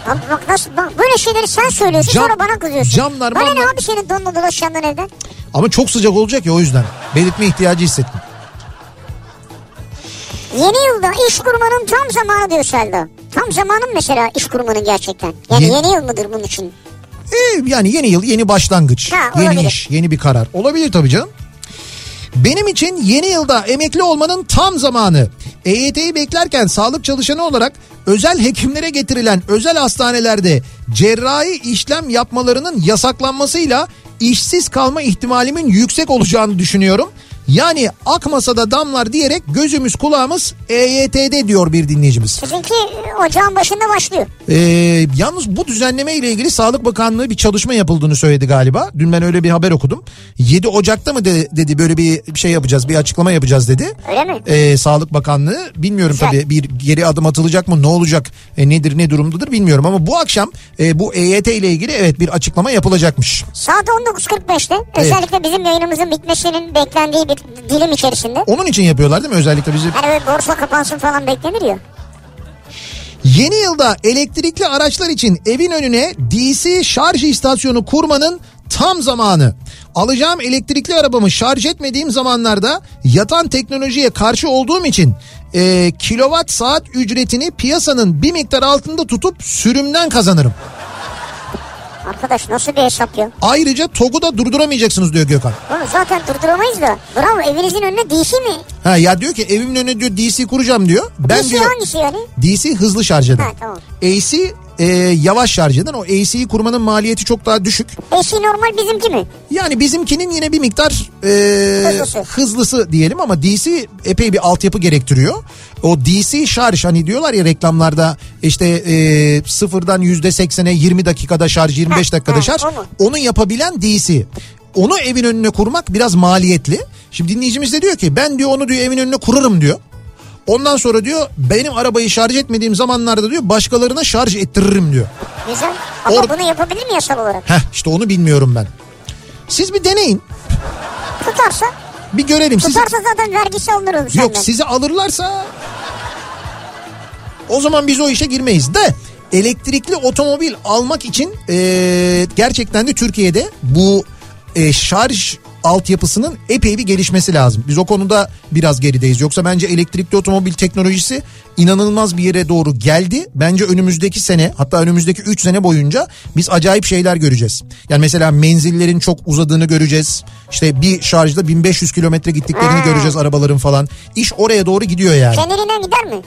[SPEAKER 2] Abi bak nasıl bak böyle şeyleri sen söylüyorsun
[SPEAKER 1] Cam-
[SPEAKER 2] sonra bana kızıyorsun.
[SPEAKER 1] camlar,
[SPEAKER 2] Bana ne
[SPEAKER 1] mamlar-
[SPEAKER 2] abi senin donla dolaşandan evden?
[SPEAKER 1] Ama çok sıcak olacak ya o yüzden. Belirtme ihtiyacı hissettim.
[SPEAKER 2] Yeni yılda iş kurmanın tam zamanı diyor Selda. tam zamanın mesela iş kurumunun gerçekten. Yani
[SPEAKER 1] Yeni-
[SPEAKER 2] yeni yıl mıdır bunun için?
[SPEAKER 1] E, yani yeni yıl yeni başlangıç.
[SPEAKER 2] Ha,
[SPEAKER 1] yeni
[SPEAKER 2] olabilir.
[SPEAKER 1] iş yeni bir karar. Olabilir tabii canım. Benim için yeni yılda emekli olmanın tam zamanı. EYT'yi beklerken sağlık çalışanı olarak özel hekimlere getirilen özel hastanelerde cerrahi işlem yapmalarının yasaklanmasıyla işsiz kalma ihtimalimin yüksek olacağını düşünüyorum. Yani akmasa da damlar diyerek gözümüz kulağımız EYT'de diyor bir dinleyicimiz.
[SPEAKER 2] Sizinki e, ocağın başında başlıyor.
[SPEAKER 1] Ee, yalnız bu düzenleme ile ilgili Sağlık Bakanlığı bir çalışma yapıldığını söyledi galiba. Dün ben öyle bir haber okudum. 7 Ocak'ta mı de- dedi böyle bir şey yapacağız, bir açıklama yapacağız dedi.
[SPEAKER 2] Öyle mi?
[SPEAKER 1] Ee, Sağlık Bakanlığı bilmiyorum
[SPEAKER 2] Güzel.
[SPEAKER 1] tabii bir geri adım atılacak mı, ne olacak, e, nedir, ne durumdadır bilmiyorum ama bu akşam e, bu EYT ile ilgili evet bir açıklama yapılacakmış.
[SPEAKER 2] Saat 19.45'te özellikle bizim yayınımızın bitmesinin beklendiği bir dilim içerisinde.
[SPEAKER 1] Onun için yapıyorlar değil mi özellikle bizi?
[SPEAKER 2] Hani böyle borsa kapansın falan beklenir ya.
[SPEAKER 1] Yeni yılda elektrikli araçlar için evin önüne DC şarj istasyonu kurmanın tam zamanı. Alacağım elektrikli arabamı şarj etmediğim zamanlarda yatan teknolojiye karşı olduğum için e, kilowatt saat ücretini piyasanın bir miktar altında tutup sürümden kazanırım.
[SPEAKER 2] Arkadaş nasıl bir hesap ya?
[SPEAKER 1] Ayrıca TOG'u da durduramayacaksınız diyor Gökhan.
[SPEAKER 2] Oğlum zaten durduramayız da. Bravo evinizin önüne DC mi?
[SPEAKER 1] Ha ya diyor ki evimin önüne diyor DC kuracağım diyor. Ben
[SPEAKER 2] DC
[SPEAKER 1] diyor
[SPEAKER 2] hangisi yani?
[SPEAKER 1] DC hızlı şarj eden.
[SPEAKER 2] Ha, tamam.
[SPEAKER 1] AC e, yavaş şarj eden. O AC'yi kurmanın maliyeti çok daha düşük.
[SPEAKER 2] Eşi normal bizimki mi?
[SPEAKER 1] Yani bizimkinin yine bir miktar e,
[SPEAKER 2] Hızlısı.
[SPEAKER 1] hızlısı diyelim ama DC epey bir altyapı gerektiriyor. O DC şarj hani diyorlar ya reklamlarda işte e, sıfırdan yüzde seksene 20 dakikada şarj 25
[SPEAKER 2] Ha,
[SPEAKER 1] dakikada
[SPEAKER 2] ha,
[SPEAKER 1] şarj
[SPEAKER 2] o mu?
[SPEAKER 1] onu yapabilen DC. Onu evin önüne kurmak biraz maliyetli. Şimdi dinleyicimiz de diyor ki ben diyor onu diyor evin önüne kurarım diyor. Ondan sonra diyor benim arabayı şarj etmediğim zamanlarda diyor başkalarına şarj ettiririm diyor.
[SPEAKER 2] Güzel. Ama
[SPEAKER 1] Or-
[SPEAKER 2] bunu yapabilir mi yasal olarak?
[SPEAKER 1] Heh işte onu bilmiyorum ben. Siz bir deneyin.
[SPEAKER 2] Tutarsa,
[SPEAKER 1] Bir görelim. Siz,
[SPEAKER 2] tutarsa zaten vergisi alınır oğlum senden.
[SPEAKER 1] Yok sizi alırlarsa o zaman biz o işe girmeyiz de elektrikli otomobil almak için e, gerçekten de Türkiye'de bu e, şarj altyapısının epey bir gelişmesi lazım. Biz o konuda biraz gerideyiz. Yoksa bence elektrikli otomobil teknolojisi inanılmaz bir yere doğru geldi. Bence önümüzdeki sene hatta önümüzdeki 3 sene boyunca biz acayip şeyler göreceğiz. Yani mesela menzillerin çok uzadığını göreceğiz. İşte bir şarjda 1500 kilometre gittiklerini
[SPEAKER 2] Ha.
[SPEAKER 1] göreceğiz arabaların falan. İş oraya doğru gidiyor yani.
[SPEAKER 2] Kendiliğinden gider mi?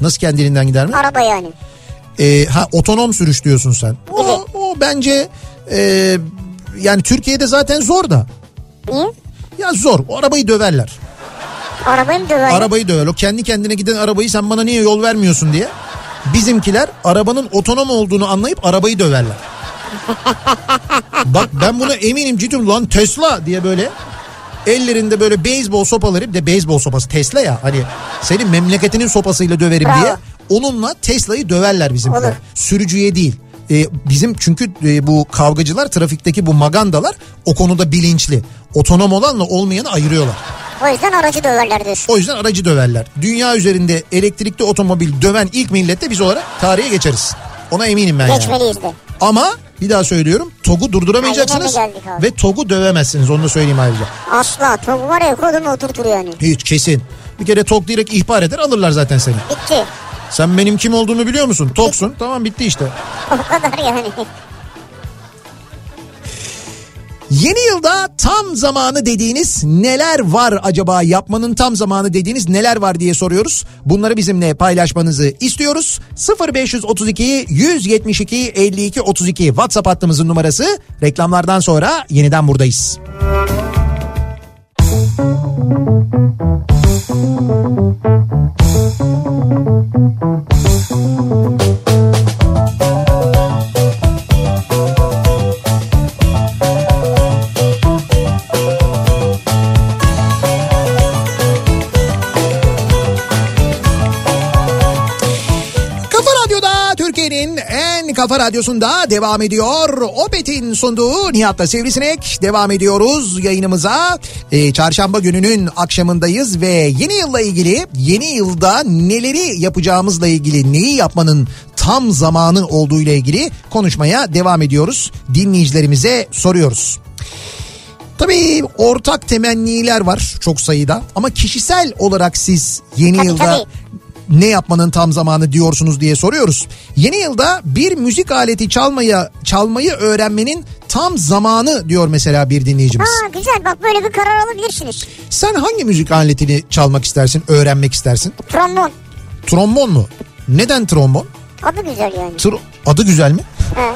[SPEAKER 1] Nasıl kendiliğinden gider mi?
[SPEAKER 2] Araba yani.
[SPEAKER 1] Ee, ha otonom sürüş diyorsun sen. O, o bence e, yani Türkiye'de zaten zor da.
[SPEAKER 2] Niye?
[SPEAKER 1] Ya zor. O arabayı döverler.
[SPEAKER 2] Arabayı mı döver?
[SPEAKER 1] Arabayı döver. O kendi kendine giden arabayı sen bana niye yol vermiyorsun diye. Bizimkiler arabanın otonom olduğunu anlayıp arabayı döverler. Bak ben buna eminim cidden lan Tesla diye böyle ellerinde böyle beyzbol sopaları bir de beyzbol sopası Tesla ya hani senin memleketinin sopasıyla döverim
[SPEAKER 2] Bravo.
[SPEAKER 1] diye onunla Tesla'yı döverler bizimkiler.
[SPEAKER 2] Olur.
[SPEAKER 1] Sürücüye değil. Ee, bizim çünkü e, bu kavgacılar trafikteki bu magandalar o konuda bilinçli. Otonom olanla olmayanı ayırıyorlar.
[SPEAKER 2] O yüzden aracı döverler diyorsun.
[SPEAKER 1] O yüzden aracı döverler. Dünya üzerinde elektrikli otomobil döven ilk millette biz olarak tarihe geçeriz. Ona eminim ben yani.
[SPEAKER 2] Geçmeliyiz de.
[SPEAKER 1] Ama bir daha söylüyorum TOG'u durduramayacaksınız
[SPEAKER 2] Ay, yine mi geldik abi?
[SPEAKER 1] ve TOG'u dövemezsiniz onu da söyleyeyim ayrıca.
[SPEAKER 2] Asla. Topu var ya kolunu oturtur yani.
[SPEAKER 1] Hiç kesin. Bir kere TOG direkt ihbar eder alırlar zaten seni.
[SPEAKER 2] Bitti.
[SPEAKER 1] Sen benim kim olduğumu biliyor musun? TOG'sun tamam bitti işte.
[SPEAKER 2] O kadar yani.
[SPEAKER 1] Yeni yılda tam zamanı dediğiniz neler var acaba yapmanın tam zamanı dediğiniz neler var diye soruyoruz. Bunları bizimle paylaşmanızı istiyoruz. 0532 172 52 32 WhatsApp hattımızın numarası. Reklamlardan sonra yeniden buradayız. Kafa Radyo'da Türkiye'nin en kafa radyosunda devam ediyor. Opet'in sunduğu Nihat'la Sivrisinek devam ediyoruz yayınımıza. Ee, çarşamba gününün akşamındayız ve yeni yılla ilgili yeni yılda neleri yapacağımızla ilgili neyi yapmanın tam zamanı olduğu ile ilgili konuşmaya devam ediyoruz. Dinleyicilerimize soruyoruz. Tabii ortak temenniler var çok sayıda ama kişisel olarak siz yeni
[SPEAKER 2] Tabii,
[SPEAKER 1] yılda
[SPEAKER 2] tabii.
[SPEAKER 1] ne yapmanın tam zamanı diyorsunuz diye soruyoruz. Yeni yılda bir müzik aleti çalmaya çalmayı öğrenmenin tam zamanı diyor mesela bir dinleyicimiz.
[SPEAKER 2] Ha güzel bak böyle bir karar alabilirsiniz.
[SPEAKER 1] Sen hangi müzik aletini çalmak istersin, öğrenmek istersin?
[SPEAKER 2] Trombon.
[SPEAKER 1] Trombon mu? Neden trombon?
[SPEAKER 2] Adı güzel yani.
[SPEAKER 1] Tr- adı güzel mi?
[SPEAKER 2] He.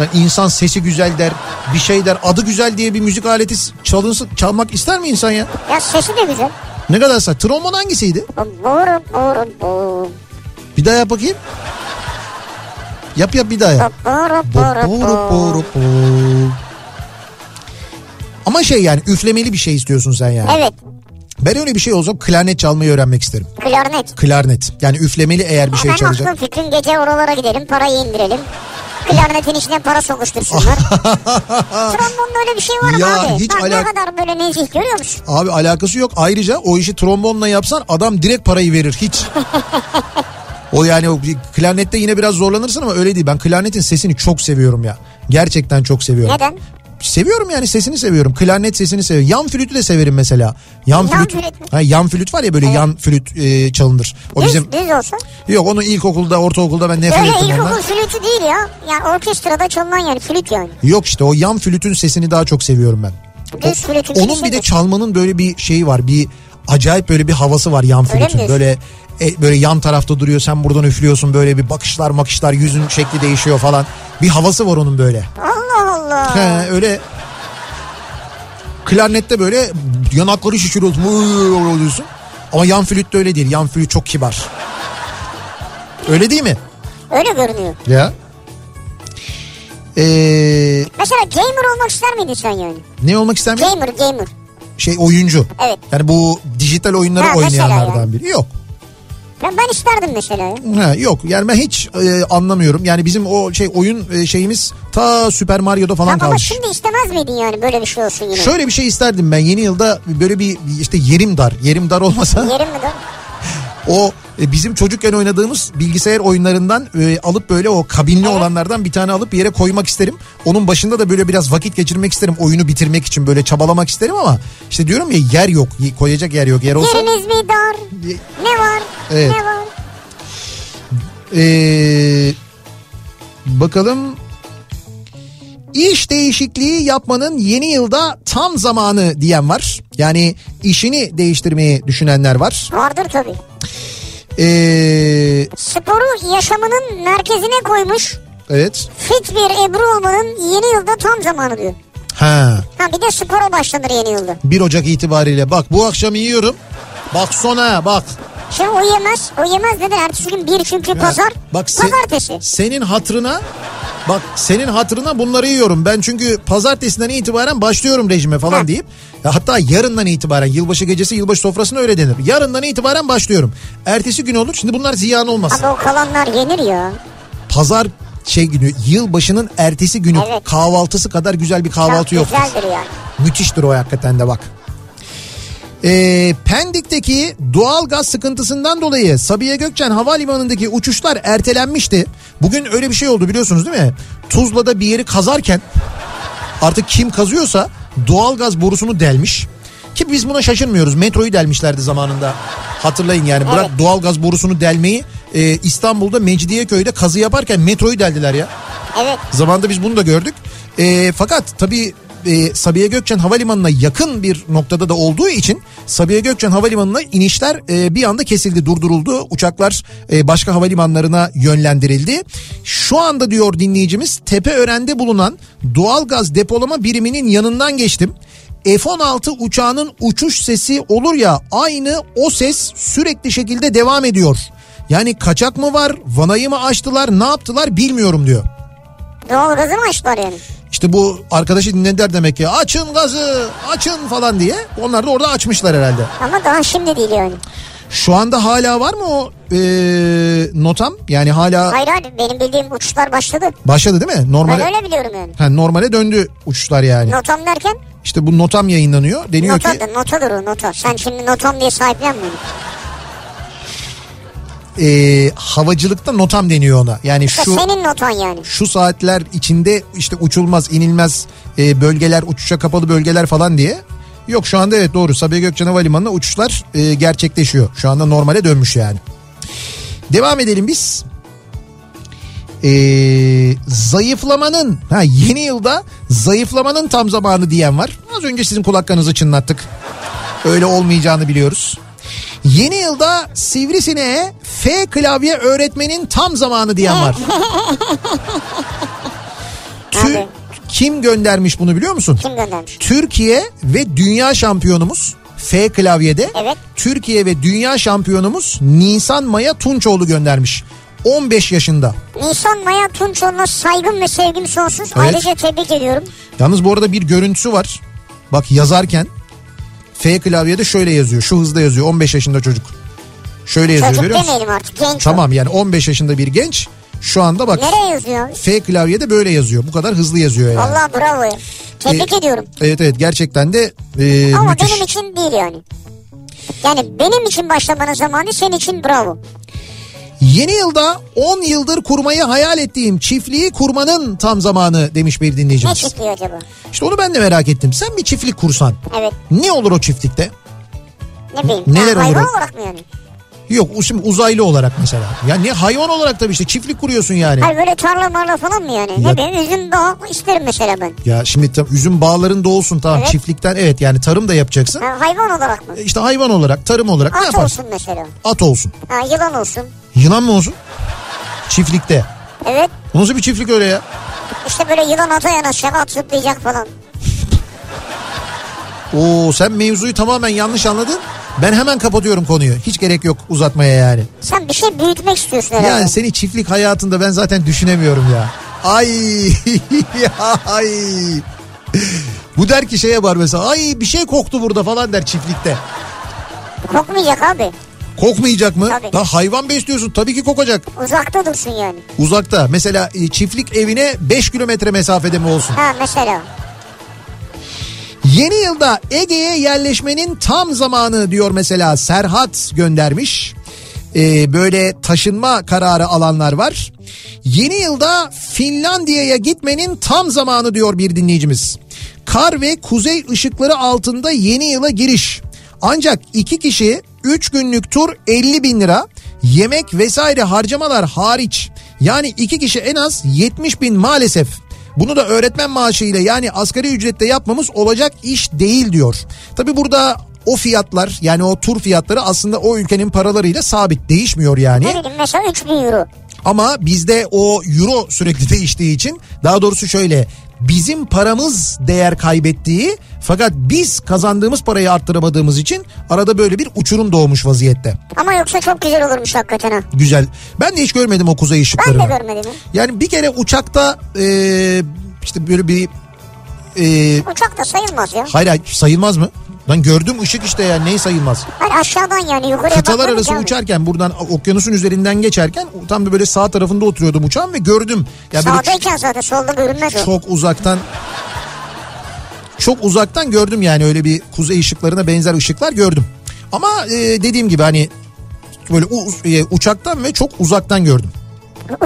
[SPEAKER 1] Yani insan sesi güzel der, bir şey der. Adı güzel diye bir müzik aleti s- çalınsın, çalmak ister mi insan ya?
[SPEAKER 2] Ya sesi de güzel.
[SPEAKER 1] Ne kadar sa- Trombon hangisiydi?
[SPEAKER 2] Borum borum borum.
[SPEAKER 1] Bir daha yap bakayım. Yap yap bir daha yap.
[SPEAKER 2] Borum
[SPEAKER 1] Bo- boru,
[SPEAKER 2] borum
[SPEAKER 1] boru,
[SPEAKER 2] borum.
[SPEAKER 1] boru. Ama şey yani üflemeli bir şey istiyorsun sen yani.
[SPEAKER 2] Evet.
[SPEAKER 1] Ben öyle bir şey olsam klarnet çalmayı öğrenmek isterim.
[SPEAKER 2] Klarnet.
[SPEAKER 1] Klarnet. Yani üflemeli eğer bir şey
[SPEAKER 2] Hemen
[SPEAKER 1] çalacak.
[SPEAKER 2] aklım fikrim gece oralara gidelim parayı indirelim. Klarnetin içine para sokuştursunlar. Trombonda öyle bir şey var mı
[SPEAKER 1] Ya
[SPEAKER 2] abi?
[SPEAKER 1] hiç
[SPEAKER 2] Bak ne
[SPEAKER 1] alak-
[SPEAKER 2] kadar böyle nezih görüyor musun?
[SPEAKER 1] Abi alakası yok. Ayrıca o işi trombonla yapsan adam direkt parayı verir hiç. o yani o bir- klarnette yine biraz zorlanırsın ama öyle değil. Ben klarnetin sesini çok seviyorum ya. Gerçekten çok seviyorum.
[SPEAKER 2] Neden?
[SPEAKER 1] Seviyorum yani sesini seviyorum. Klarnet sesini seviyorum. Yan flütü de severim mesela. Yan,
[SPEAKER 2] Yan
[SPEAKER 1] flüt.
[SPEAKER 2] flüt mü?
[SPEAKER 1] Ha, yan flüt var ya böyle yan flüt e, çalınır. O
[SPEAKER 2] Düz,
[SPEAKER 1] bizim
[SPEAKER 2] düz olsun.
[SPEAKER 1] yok onu ilkokulda, ortaokulda ben nefret
[SPEAKER 2] Öyle
[SPEAKER 1] ettim ondan.
[SPEAKER 2] ilkokul flütü değil ya. Yani orkestrada çalınan yani flüt yani.
[SPEAKER 1] Yok işte o yan flütün sesini daha çok seviyorum ben.
[SPEAKER 2] Düz flütün
[SPEAKER 1] Onun
[SPEAKER 2] girişi
[SPEAKER 1] bir de
[SPEAKER 2] mi?
[SPEAKER 1] çalmanın böyle bir şeyi var. Bir acayip böyle bir havası var yan
[SPEAKER 2] mi
[SPEAKER 1] flütün.
[SPEAKER 2] diyorsun?
[SPEAKER 1] Böyle e, böyle yan tarafta duruyor sen buradan üflüyorsun böyle bir bakışlar makışlar yüzün şekli değişiyor falan. Bir havası var onun böyle.
[SPEAKER 2] Allah Allah.
[SPEAKER 1] He, öyle klarnette böyle yanakları şişiriyorsun "Vuu" oluyorsun. Ama yan flütte öyle değil. Yan flüt çok kibar. Öyle değil mi?
[SPEAKER 2] Öyle görünüyor.
[SPEAKER 1] Ya. Ee,
[SPEAKER 2] Mesela gamer olmak ister miydin sen yani?
[SPEAKER 1] ne olmak ister miydin?
[SPEAKER 2] Gamer gamer.
[SPEAKER 1] şey oyuncu.
[SPEAKER 2] Evet.
[SPEAKER 1] Yani bu dijital oyunları
[SPEAKER 2] Ha, mesela
[SPEAKER 1] oynayanlardan
[SPEAKER 2] yani.
[SPEAKER 1] biri. Yok.
[SPEAKER 2] Ben, ben isterdim mesela. ya.
[SPEAKER 1] Ha, yok. Yani ben hiç e, anlamıyorum. Yani bizim o şey oyun e, şeyimiz ta Super Mario'da falan
[SPEAKER 2] Ama
[SPEAKER 1] kalmış.
[SPEAKER 2] şimdi istemez miydin yani böyle bir şey olsun yine?
[SPEAKER 1] Şöyle bir şey isterdim ben yeni yılda böyle bir işte yerim dar. Yerim dar olmasa
[SPEAKER 2] Yerim mi dön?
[SPEAKER 1] o e, bizim çocukken oynadığımız bilgisayar oyunlarından e, alıp böyle o kabinli olanlardan bir tane alıp bir yere koymak isterim. Onun başında da böyle biraz vakit geçirmek isterim. Oyunu bitirmek için böyle çabalamak isterim ama işte diyorum ya yer yok. y- Koyacak yer yok. Yer olsa
[SPEAKER 2] Yeriniz mi dar? Ne var?
[SPEAKER 1] Evet.
[SPEAKER 2] Ne var?
[SPEAKER 1] Ee, bakalım. İş değişikliği yapmanın yeni yılda tam zamanı diyen var. Yani işini değiştirmeyi düşünenler var.
[SPEAKER 2] Vardır tabii.
[SPEAKER 1] Ee,
[SPEAKER 2] Sporu yaşamının merkezine koymuş
[SPEAKER 1] evet.
[SPEAKER 2] fit bir Ebru olmanın yeni yılda tam zamanı diyor.
[SPEAKER 1] Ha.
[SPEAKER 2] Ha bir de spora başlanır yeni yılda.
[SPEAKER 1] 1 Ocak itibariyle bak bu akşam yiyorum. Bak sona bak.
[SPEAKER 2] Şimdi o yemez, o yemez dedi. Ertesi gün bir çünkü pazar,
[SPEAKER 1] Bak se-
[SPEAKER 2] pazartesi.
[SPEAKER 1] senin hatırına bak senin hatırına bunları yiyorum. Ben çünkü pazartesinden itibaren başlıyorum rejime falan
[SPEAKER 2] Ha.
[SPEAKER 1] deyip ya hatta yarından itibaren yılbaşı gecesi yılbaşı sofrasına öyle denir. Yarından itibaren başlıyorum. Ertesi gün olur. Şimdi bunlar ziyan olmasın.
[SPEAKER 2] Abi o kalanlar yenir ya.
[SPEAKER 1] Pazar şey günü yılbaşının ertesi günü
[SPEAKER 2] Evet.
[SPEAKER 1] kahvaltısı kadar güzel bir kahvaltı
[SPEAKER 2] Çok
[SPEAKER 1] yoktur.
[SPEAKER 2] güzeldir yani.
[SPEAKER 1] Müthiştir o hakikaten de bak. Ee, Pendik'teki doğal gaz sıkıntısından dolayı Sabiha Gökçen Havalimanı'ndaki uçuşlar ertelenmişti. Bugün öyle bir şey oldu biliyorsunuz değil mi? Tuzla'da bir yeri kazarken artık kim kazıyorsa doğal gaz borusunu delmiş. Ki biz buna şaşırmıyoruz. Metroyu delmişlerdi zamanında. Hatırlayın yani bırak doğal gaz borusunu delmeyi e, İstanbul'da Mecidiyeköy'de kazı yaparken metroyu deldiler ya.
[SPEAKER 2] Evet.
[SPEAKER 1] Zamanında biz bunu da gördük. E, fakat tabii e, Sabiha Gökçen Havalimanı'na yakın bir noktada da olduğu için Sabiha Gökçen Havalimanı'na inişler e, bir anda kesildi, durduruldu. Uçaklar e, başka havalimanlarına yönlendirildi. Şu anda diyor dinleyicimiz Tepeören'de bulunan doğalgaz depolama biriminin yanından geçtim. F-16 uçağının uçuş sesi olur ya aynı o ses sürekli şekilde devam ediyor. Yani kaçak mı var, vanayı mı açtılar, ne yaptılar bilmiyorum diyor.
[SPEAKER 2] Doğalgazı mı açtılar yani?
[SPEAKER 1] İşte bu arkadaşı dinlediler demek ki açın gazı açın falan diye. Onlar da orada açmışlar herhalde.
[SPEAKER 2] Ama daha şimdi değil yani.
[SPEAKER 1] Şu anda hala var mı o e, notam? Yani hala
[SPEAKER 2] Hayır hayır benim bildiğim uçuşlar başladı.
[SPEAKER 1] başladı değil mi?
[SPEAKER 2] Ben
[SPEAKER 1] Normale,
[SPEAKER 2] öyle biliyorum yani.
[SPEAKER 1] ha, normale döndü uçuşlar yani.
[SPEAKER 2] Notam derken
[SPEAKER 1] İşte bu notam yayınlanıyor. Deniyor ki
[SPEAKER 2] notadır, notadır o nota. Sen şimdi notam diye sahiplenmiyorsun.
[SPEAKER 1] e, havacılıkta notam deniyor ona. Yani
[SPEAKER 2] İşte
[SPEAKER 1] şu...
[SPEAKER 2] senin notan yani.
[SPEAKER 1] şu saatler içinde işte uçulmaz inilmez e, bölgeler uçuşa kapalı bölgeler falan diye. Yok şu anda evet doğru Sabiha Gökçen Havalimanı'na uçuşlar e, gerçekleşiyor. Şu anda normale dönmüş yani. Devam edelim biz. Ee, zayıflamanın ha yeni yılda zayıflamanın tam zamanı diyen var. Az önce sizin kulaklarınızı çınlattık. Öyle olmayacağını biliyoruz. Yeni yılda sivrisineğe F klavye öğretmenin tam zamanı diyen var. Tü- kim göndermiş bunu biliyor musun?
[SPEAKER 2] Kim göndermiş?
[SPEAKER 1] Türkiye ve dünya şampiyonumuz F klavyede.
[SPEAKER 2] Evet.
[SPEAKER 1] Türkiye ve dünya şampiyonumuz Nisan Maya Tunçoğlu göndermiş. 15 yaşında.
[SPEAKER 2] Nisan Maya Tunçoğlu'na saygım ve sevgim sonsuz.
[SPEAKER 1] Evet.
[SPEAKER 2] Ayrıca tebrik ediyorum.
[SPEAKER 1] Yalnız bu arada bir görüntüsü var. Bak yazarken F klavyede şöyle yazıyor. Şu hızda yazıyor. 15 yaşında çocuk. Şöyle yazıyor
[SPEAKER 2] Çocuk
[SPEAKER 1] görüyor musun?
[SPEAKER 2] demeyelim artık genç. o.
[SPEAKER 1] Tamam yani 15 yaşında bir genç şu anda bak
[SPEAKER 2] Nereye yazıyor abi?
[SPEAKER 1] F klavyede böyle yazıyor. Bu kadar hızlı yazıyor yani.
[SPEAKER 2] Valla bravo ya. Tebrik
[SPEAKER 1] Ee,
[SPEAKER 2] ediyorum.
[SPEAKER 1] Evet evet gerçekten de e,
[SPEAKER 2] Ama
[SPEAKER 1] müthiş.
[SPEAKER 2] benim için değil yani. Yani benim için başlamanın zamanı senin için bravo.
[SPEAKER 1] Yeni yılda 10 yıldır kurmayı hayal ettiğim çiftliği kurmanın tam zamanı demiş bir
[SPEAKER 2] Ne
[SPEAKER 1] dinleyicimiz.
[SPEAKER 2] çıkıyor acaba?
[SPEAKER 1] İşte onu ben de merak ettim. Sen bir çiftlik kursan
[SPEAKER 2] Evet
[SPEAKER 1] ne olur o çiftlikte?
[SPEAKER 2] ne bileyim.
[SPEAKER 1] Neler
[SPEAKER 2] Ha, hayvan
[SPEAKER 1] olur?
[SPEAKER 2] olarak mı yani?
[SPEAKER 1] Yok o şimdi uzaylı olarak mesela. Ya ne hayvan olarak tabii işte çiftlik kuruyorsun yani.
[SPEAKER 2] Hayır böyle tarla marla falan mı yani?
[SPEAKER 1] Ya-
[SPEAKER 2] Ne bileyim üzüm daha isterim mesela ben.
[SPEAKER 1] Ya şimdi tam üzüm bağların da olsun tamam
[SPEAKER 2] Evet.
[SPEAKER 1] çiftlikten evet yani tarım da yapacaksın.
[SPEAKER 2] Ha, hayvan olarak mı?
[SPEAKER 1] İşte hayvan olarak tarım olarak ne
[SPEAKER 2] At
[SPEAKER 1] yaparsın?
[SPEAKER 2] olsun mesela.
[SPEAKER 1] At olsun.
[SPEAKER 2] Ha, yılan olsun.
[SPEAKER 1] Yılan mı olsun? Çiftlikte.
[SPEAKER 2] Evet
[SPEAKER 1] O nasıl bir çiftlik öyle ya?
[SPEAKER 2] işte böyle yılan ata yanaşacak at zıplayacak falan.
[SPEAKER 1] Oo sen mevzuyu tamamen yanlış anladın. Ben hemen kapatıyorum konuyu. Hiç gerek yok uzatmaya yani.
[SPEAKER 2] Sen bir şey büyütmek istiyorsun herhalde.
[SPEAKER 1] Yani seni çiftlik hayatında ben zaten düşünemiyorum ya. Ay, ay. Bu der ki şeye var mesela. Ay bir şey koktu burada falan der çiftlikte.
[SPEAKER 2] Kokmayacak abi.
[SPEAKER 1] Kokmayacak mı?
[SPEAKER 2] Tabii.
[SPEAKER 1] Lan hayvan besliyorsun tabii ki kokacak.
[SPEAKER 2] Uzakta dursun yani.
[SPEAKER 1] Uzakta. Mesela e, çiftlik evine 5 kilometre mesafede mi olsun?
[SPEAKER 2] Ha mesela.
[SPEAKER 1] Yeni yılda Ege'ye yerleşmenin tam zamanı diyor mesela Serhat göndermiş. Ee, böyle taşınma kararı alanlar var. Yeni yılda Finlandiya'ya gitmenin tam zamanı diyor bir dinleyicimiz. Kar ve kuzey ışıkları altında yeni yıla giriş. Ancak iki kişi 3 günlük tur 50 bin lira yemek vesaire harcamalar hariç. Yani iki kişi en az 70 bin maalesef bunu da öğretmen maaşıyla yani asgari ücretle yapmamız olacak iş değil diyor. Tabi burada o fiyatlar yani o tur fiyatları aslında o ülkenin paralarıyla sabit değişmiyor yani.
[SPEAKER 2] Ne bileyim mesela 3000 euro.
[SPEAKER 1] Ama bizde o euro sürekli değiştiği için daha doğrusu şöyle bizim paramız değer kaybettiği fakat biz kazandığımız parayı arttıramadığımız için arada böyle bir uçurum doğmuş vaziyette.
[SPEAKER 2] Ama yoksa çok güzel olurmuş hakikaten ha.
[SPEAKER 1] Güzel. Ben de hiç görmedim o kuzey
[SPEAKER 2] Ben
[SPEAKER 1] ışıklarını.
[SPEAKER 2] de görmedim.
[SPEAKER 1] Yani bir kere uçakta e, işte böyle bir e,
[SPEAKER 2] Uçak da sayılmaz ya.
[SPEAKER 1] hayır hayır, sayılmaz mı? Ben gördüm ışık işte ya neyi sayılmaz?
[SPEAKER 2] Hayır aşağıdan yani yukarıya
[SPEAKER 1] Kıtalar
[SPEAKER 2] bakmadım
[SPEAKER 1] arası
[SPEAKER 2] ki abi.
[SPEAKER 1] uçarken buradan okyanusun üzerinden geçerken tam da böyle sağ tarafında oturuyordum uçağın ve gördüm. Ya böyle
[SPEAKER 2] Sağdayken zaten solda görünmez o.
[SPEAKER 1] çok uzaktan çok uzaktan gördüm yani öyle bir kuzey ışıklarına benzer ışıklar gördüm. Ama e, dediğim gibi hani böyle u- e, uçaktan ve çok uzaktan gördüm.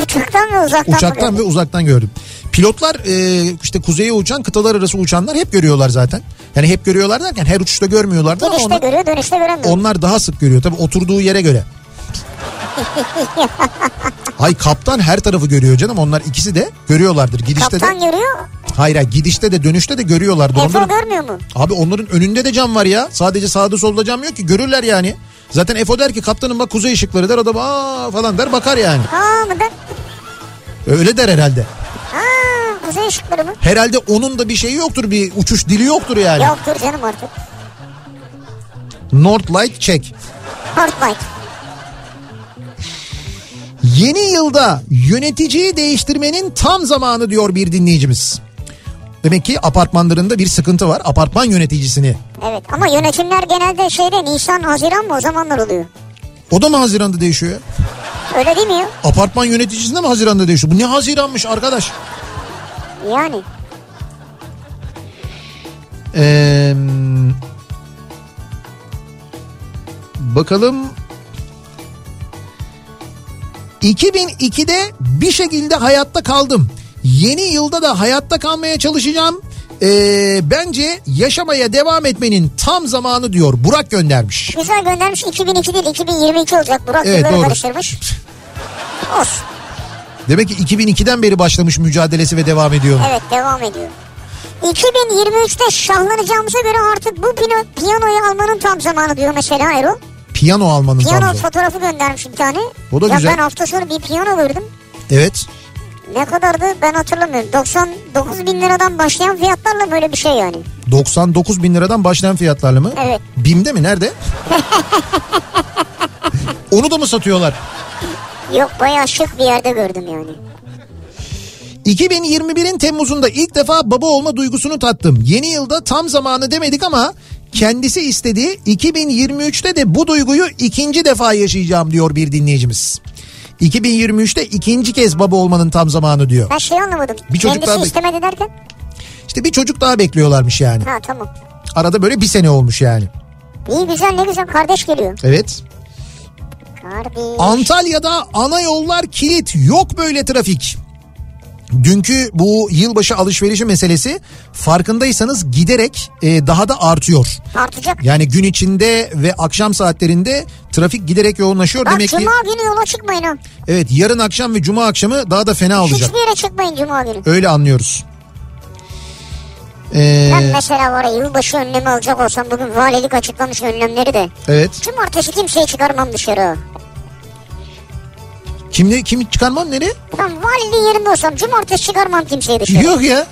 [SPEAKER 2] Uçaktan ve uzaktan mı
[SPEAKER 1] Uçaktan ve
[SPEAKER 2] gördün?
[SPEAKER 1] uzaktan gördüm. Pilotlar e, işte kuzeye uçan kıtalar arası uçanlar hep görüyorlar zaten. Yani hep görüyorlar derken her uçuşta görmüyorlardı ama
[SPEAKER 2] Girişte
[SPEAKER 1] onlar,
[SPEAKER 2] görüyor dönüşte göremiyor.
[SPEAKER 1] onlar daha sık görüyor. Tabii oturduğu yere göre. Ay kaptan her tarafı görüyor canım. Onlar ikisi de görüyorlardır. Gidişte de
[SPEAKER 2] Kaptan görüyor.
[SPEAKER 1] hayır hayır, gidişte de dönüşte de görüyorlardır.
[SPEAKER 2] Efo
[SPEAKER 1] Onların,
[SPEAKER 2] görmüyor mu?
[SPEAKER 1] abi onların önünde de cam var ya. Sadece sağda solda cam yok ki görürler yani. Zaten EFO der ki kaptanım bak kuzey ışıkları der adam aa falan der bakar yani.
[SPEAKER 2] Ha mı da?
[SPEAKER 1] Öyle der herhalde.
[SPEAKER 2] Ha kuzey ışıkları mı?
[SPEAKER 1] Herhalde onun da bir şeyi yoktur bir uçuş dili yoktur yani.
[SPEAKER 2] Yoktur canım artık.
[SPEAKER 1] North Light Check.
[SPEAKER 2] Hardlight.
[SPEAKER 1] Yeni yılda yöneticiyi değiştirmenin tam zamanı diyor bir dinleyicimiz. Demek ki apartmanlarında bir sıkıntı var. Apartman yöneticisini.
[SPEAKER 2] Evet ama yönetimler genelde şeyde Nisan Haziran mı o zamanlar oluyor.
[SPEAKER 1] O da mı Haziran'da değişiyor ya?
[SPEAKER 2] Öyle değil mi ya?
[SPEAKER 1] Apartman yöneticisinde mi Haziran'da değişiyor? Bu ne Haziran'mış arkadaş?
[SPEAKER 2] Yani.
[SPEAKER 1] Ee, bakalım. 2002'de bir şekilde hayatta kaldım. Yeni yılda da hayatta kalmaya çalışacağım. Ee, bence yaşamaya devam etmenin tam zamanı diyor. Burak göndermiş.
[SPEAKER 2] Güzel göndermiş 2002 değil 2022 olacak Burak
[SPEAKER 1] Evet
[SPEAKER 2] yılları
[SPEAKER 1] doğru.
[SPEAKER 2] karıştırmış. Olsun.
[SPEAKER 1] Demek ki 2002'den beri başlamış mücadelesi ve devam ediyor.
[SPEAKER 2] Evet devam ediyor. 2023'te şahlanacağımıza göre artık bu pino, piyanoyu almanın tam zamanı diyor mesela Erol.
[SPEAKER 1] Piyano almanın
[SPEAKER 2] Piyano
[SPEAKER 1] tarzı.
[SPEAKER 2] fotoğrafı göndermiş bir tane.
[SPEAKER 1] O da
[SPEAKER 2] ya
[SPEAKER 1] güzel.
[SPEAKER 2] ben hafta sonu bir piyano gördüm.
[SPEAKER 1] Evet.
[SPEAKER 2] Ne kadardı ben hatırlamıyorum. 99 bin liradan başlayan fiyatlarla böyle bir şey yani.
[SPEAKER 1] 99 bin liradan başlayan fiyatlarla mı?
[SPEAKER 2] Evet.
[SPEAKER 1] BİM'de mi? Nerede? Onu da mı satıyorlar?
[SPEAKER 2] Yok bayağı şık bir yerde gördüm yani.
[SPEAKER 1] 2021'in Temmuz'unda ilk defa baba olma duygusunu tattım. Yeni yılda tam zamanı demedik ama kendisi istedi. 2023'te de bu duyguyu ikinci defa yaşayacağım diyor bir dinleyicimiz. 2023'te ikinci kez baba olmanın tam zamanı diyor.
[SPEAKER 2] Ben şey anlamadım.
[SPEAKER 1] Bir çocuk
[SPEAKER 2] Kendisi
[SPEAKER 1] daha bek-
[SPEAKER 2] istemedi derken.
[SPEAKER 1] İşte bir çocuk daha bekliyorlarmış yani.
[SPEAKER 2] Ha tamam.
[SPEAKER 1] Arada böyle bir sene olmuş yani.
[SPEAKER 2] İyi güzel ne güzel kardeş geliyor.
[SPEAKER 1] Evet.
[SPEAKER 2] Kardeş.
[SPEAKER 1] Antalya'da ana yollar kilit yok böyle trafik. Dünkü bu yılbaşı alışverişi meselesi farkındaysanız giderek e, daha da artıyor.
[SPEAKER 2] Artacak.
[SPEAKER 1] Yani gün içinde ve akşam saatlerinde trafik giderek yoğunlaşıyor.
[SPEAKER 2] Bak
[SPEAKER 1] Demek ki
[SPEAKER 2] cuma günü yola çıkmayın ha.
[SPEAKER 1] evet yarın akşam ve cuma akşamı daha da fena olacak.
[SPEAKER 2] Hiçbir yere çıkmayın cuma günü.
[SPEAKER 1] Öyle anlıyoruz. Ee,
[SPEAKER 2] Ben mesela var ya yılbaşı önlemi alacak olsam bugün valilik açıklamış önlemleri de.
[SPEAKER 1] evet.
[SPEAKER 2] Cumartesi kimseyi çıkarmam dışarı.
[SPEAKER 1] Kimle kim çıkarmam nereye?
[SPEAKER 2] Ben valiliğin yerinde olsam cumartesi çıkarmam kimseyi dışarı.
[SPEAKER 1] Yok ya.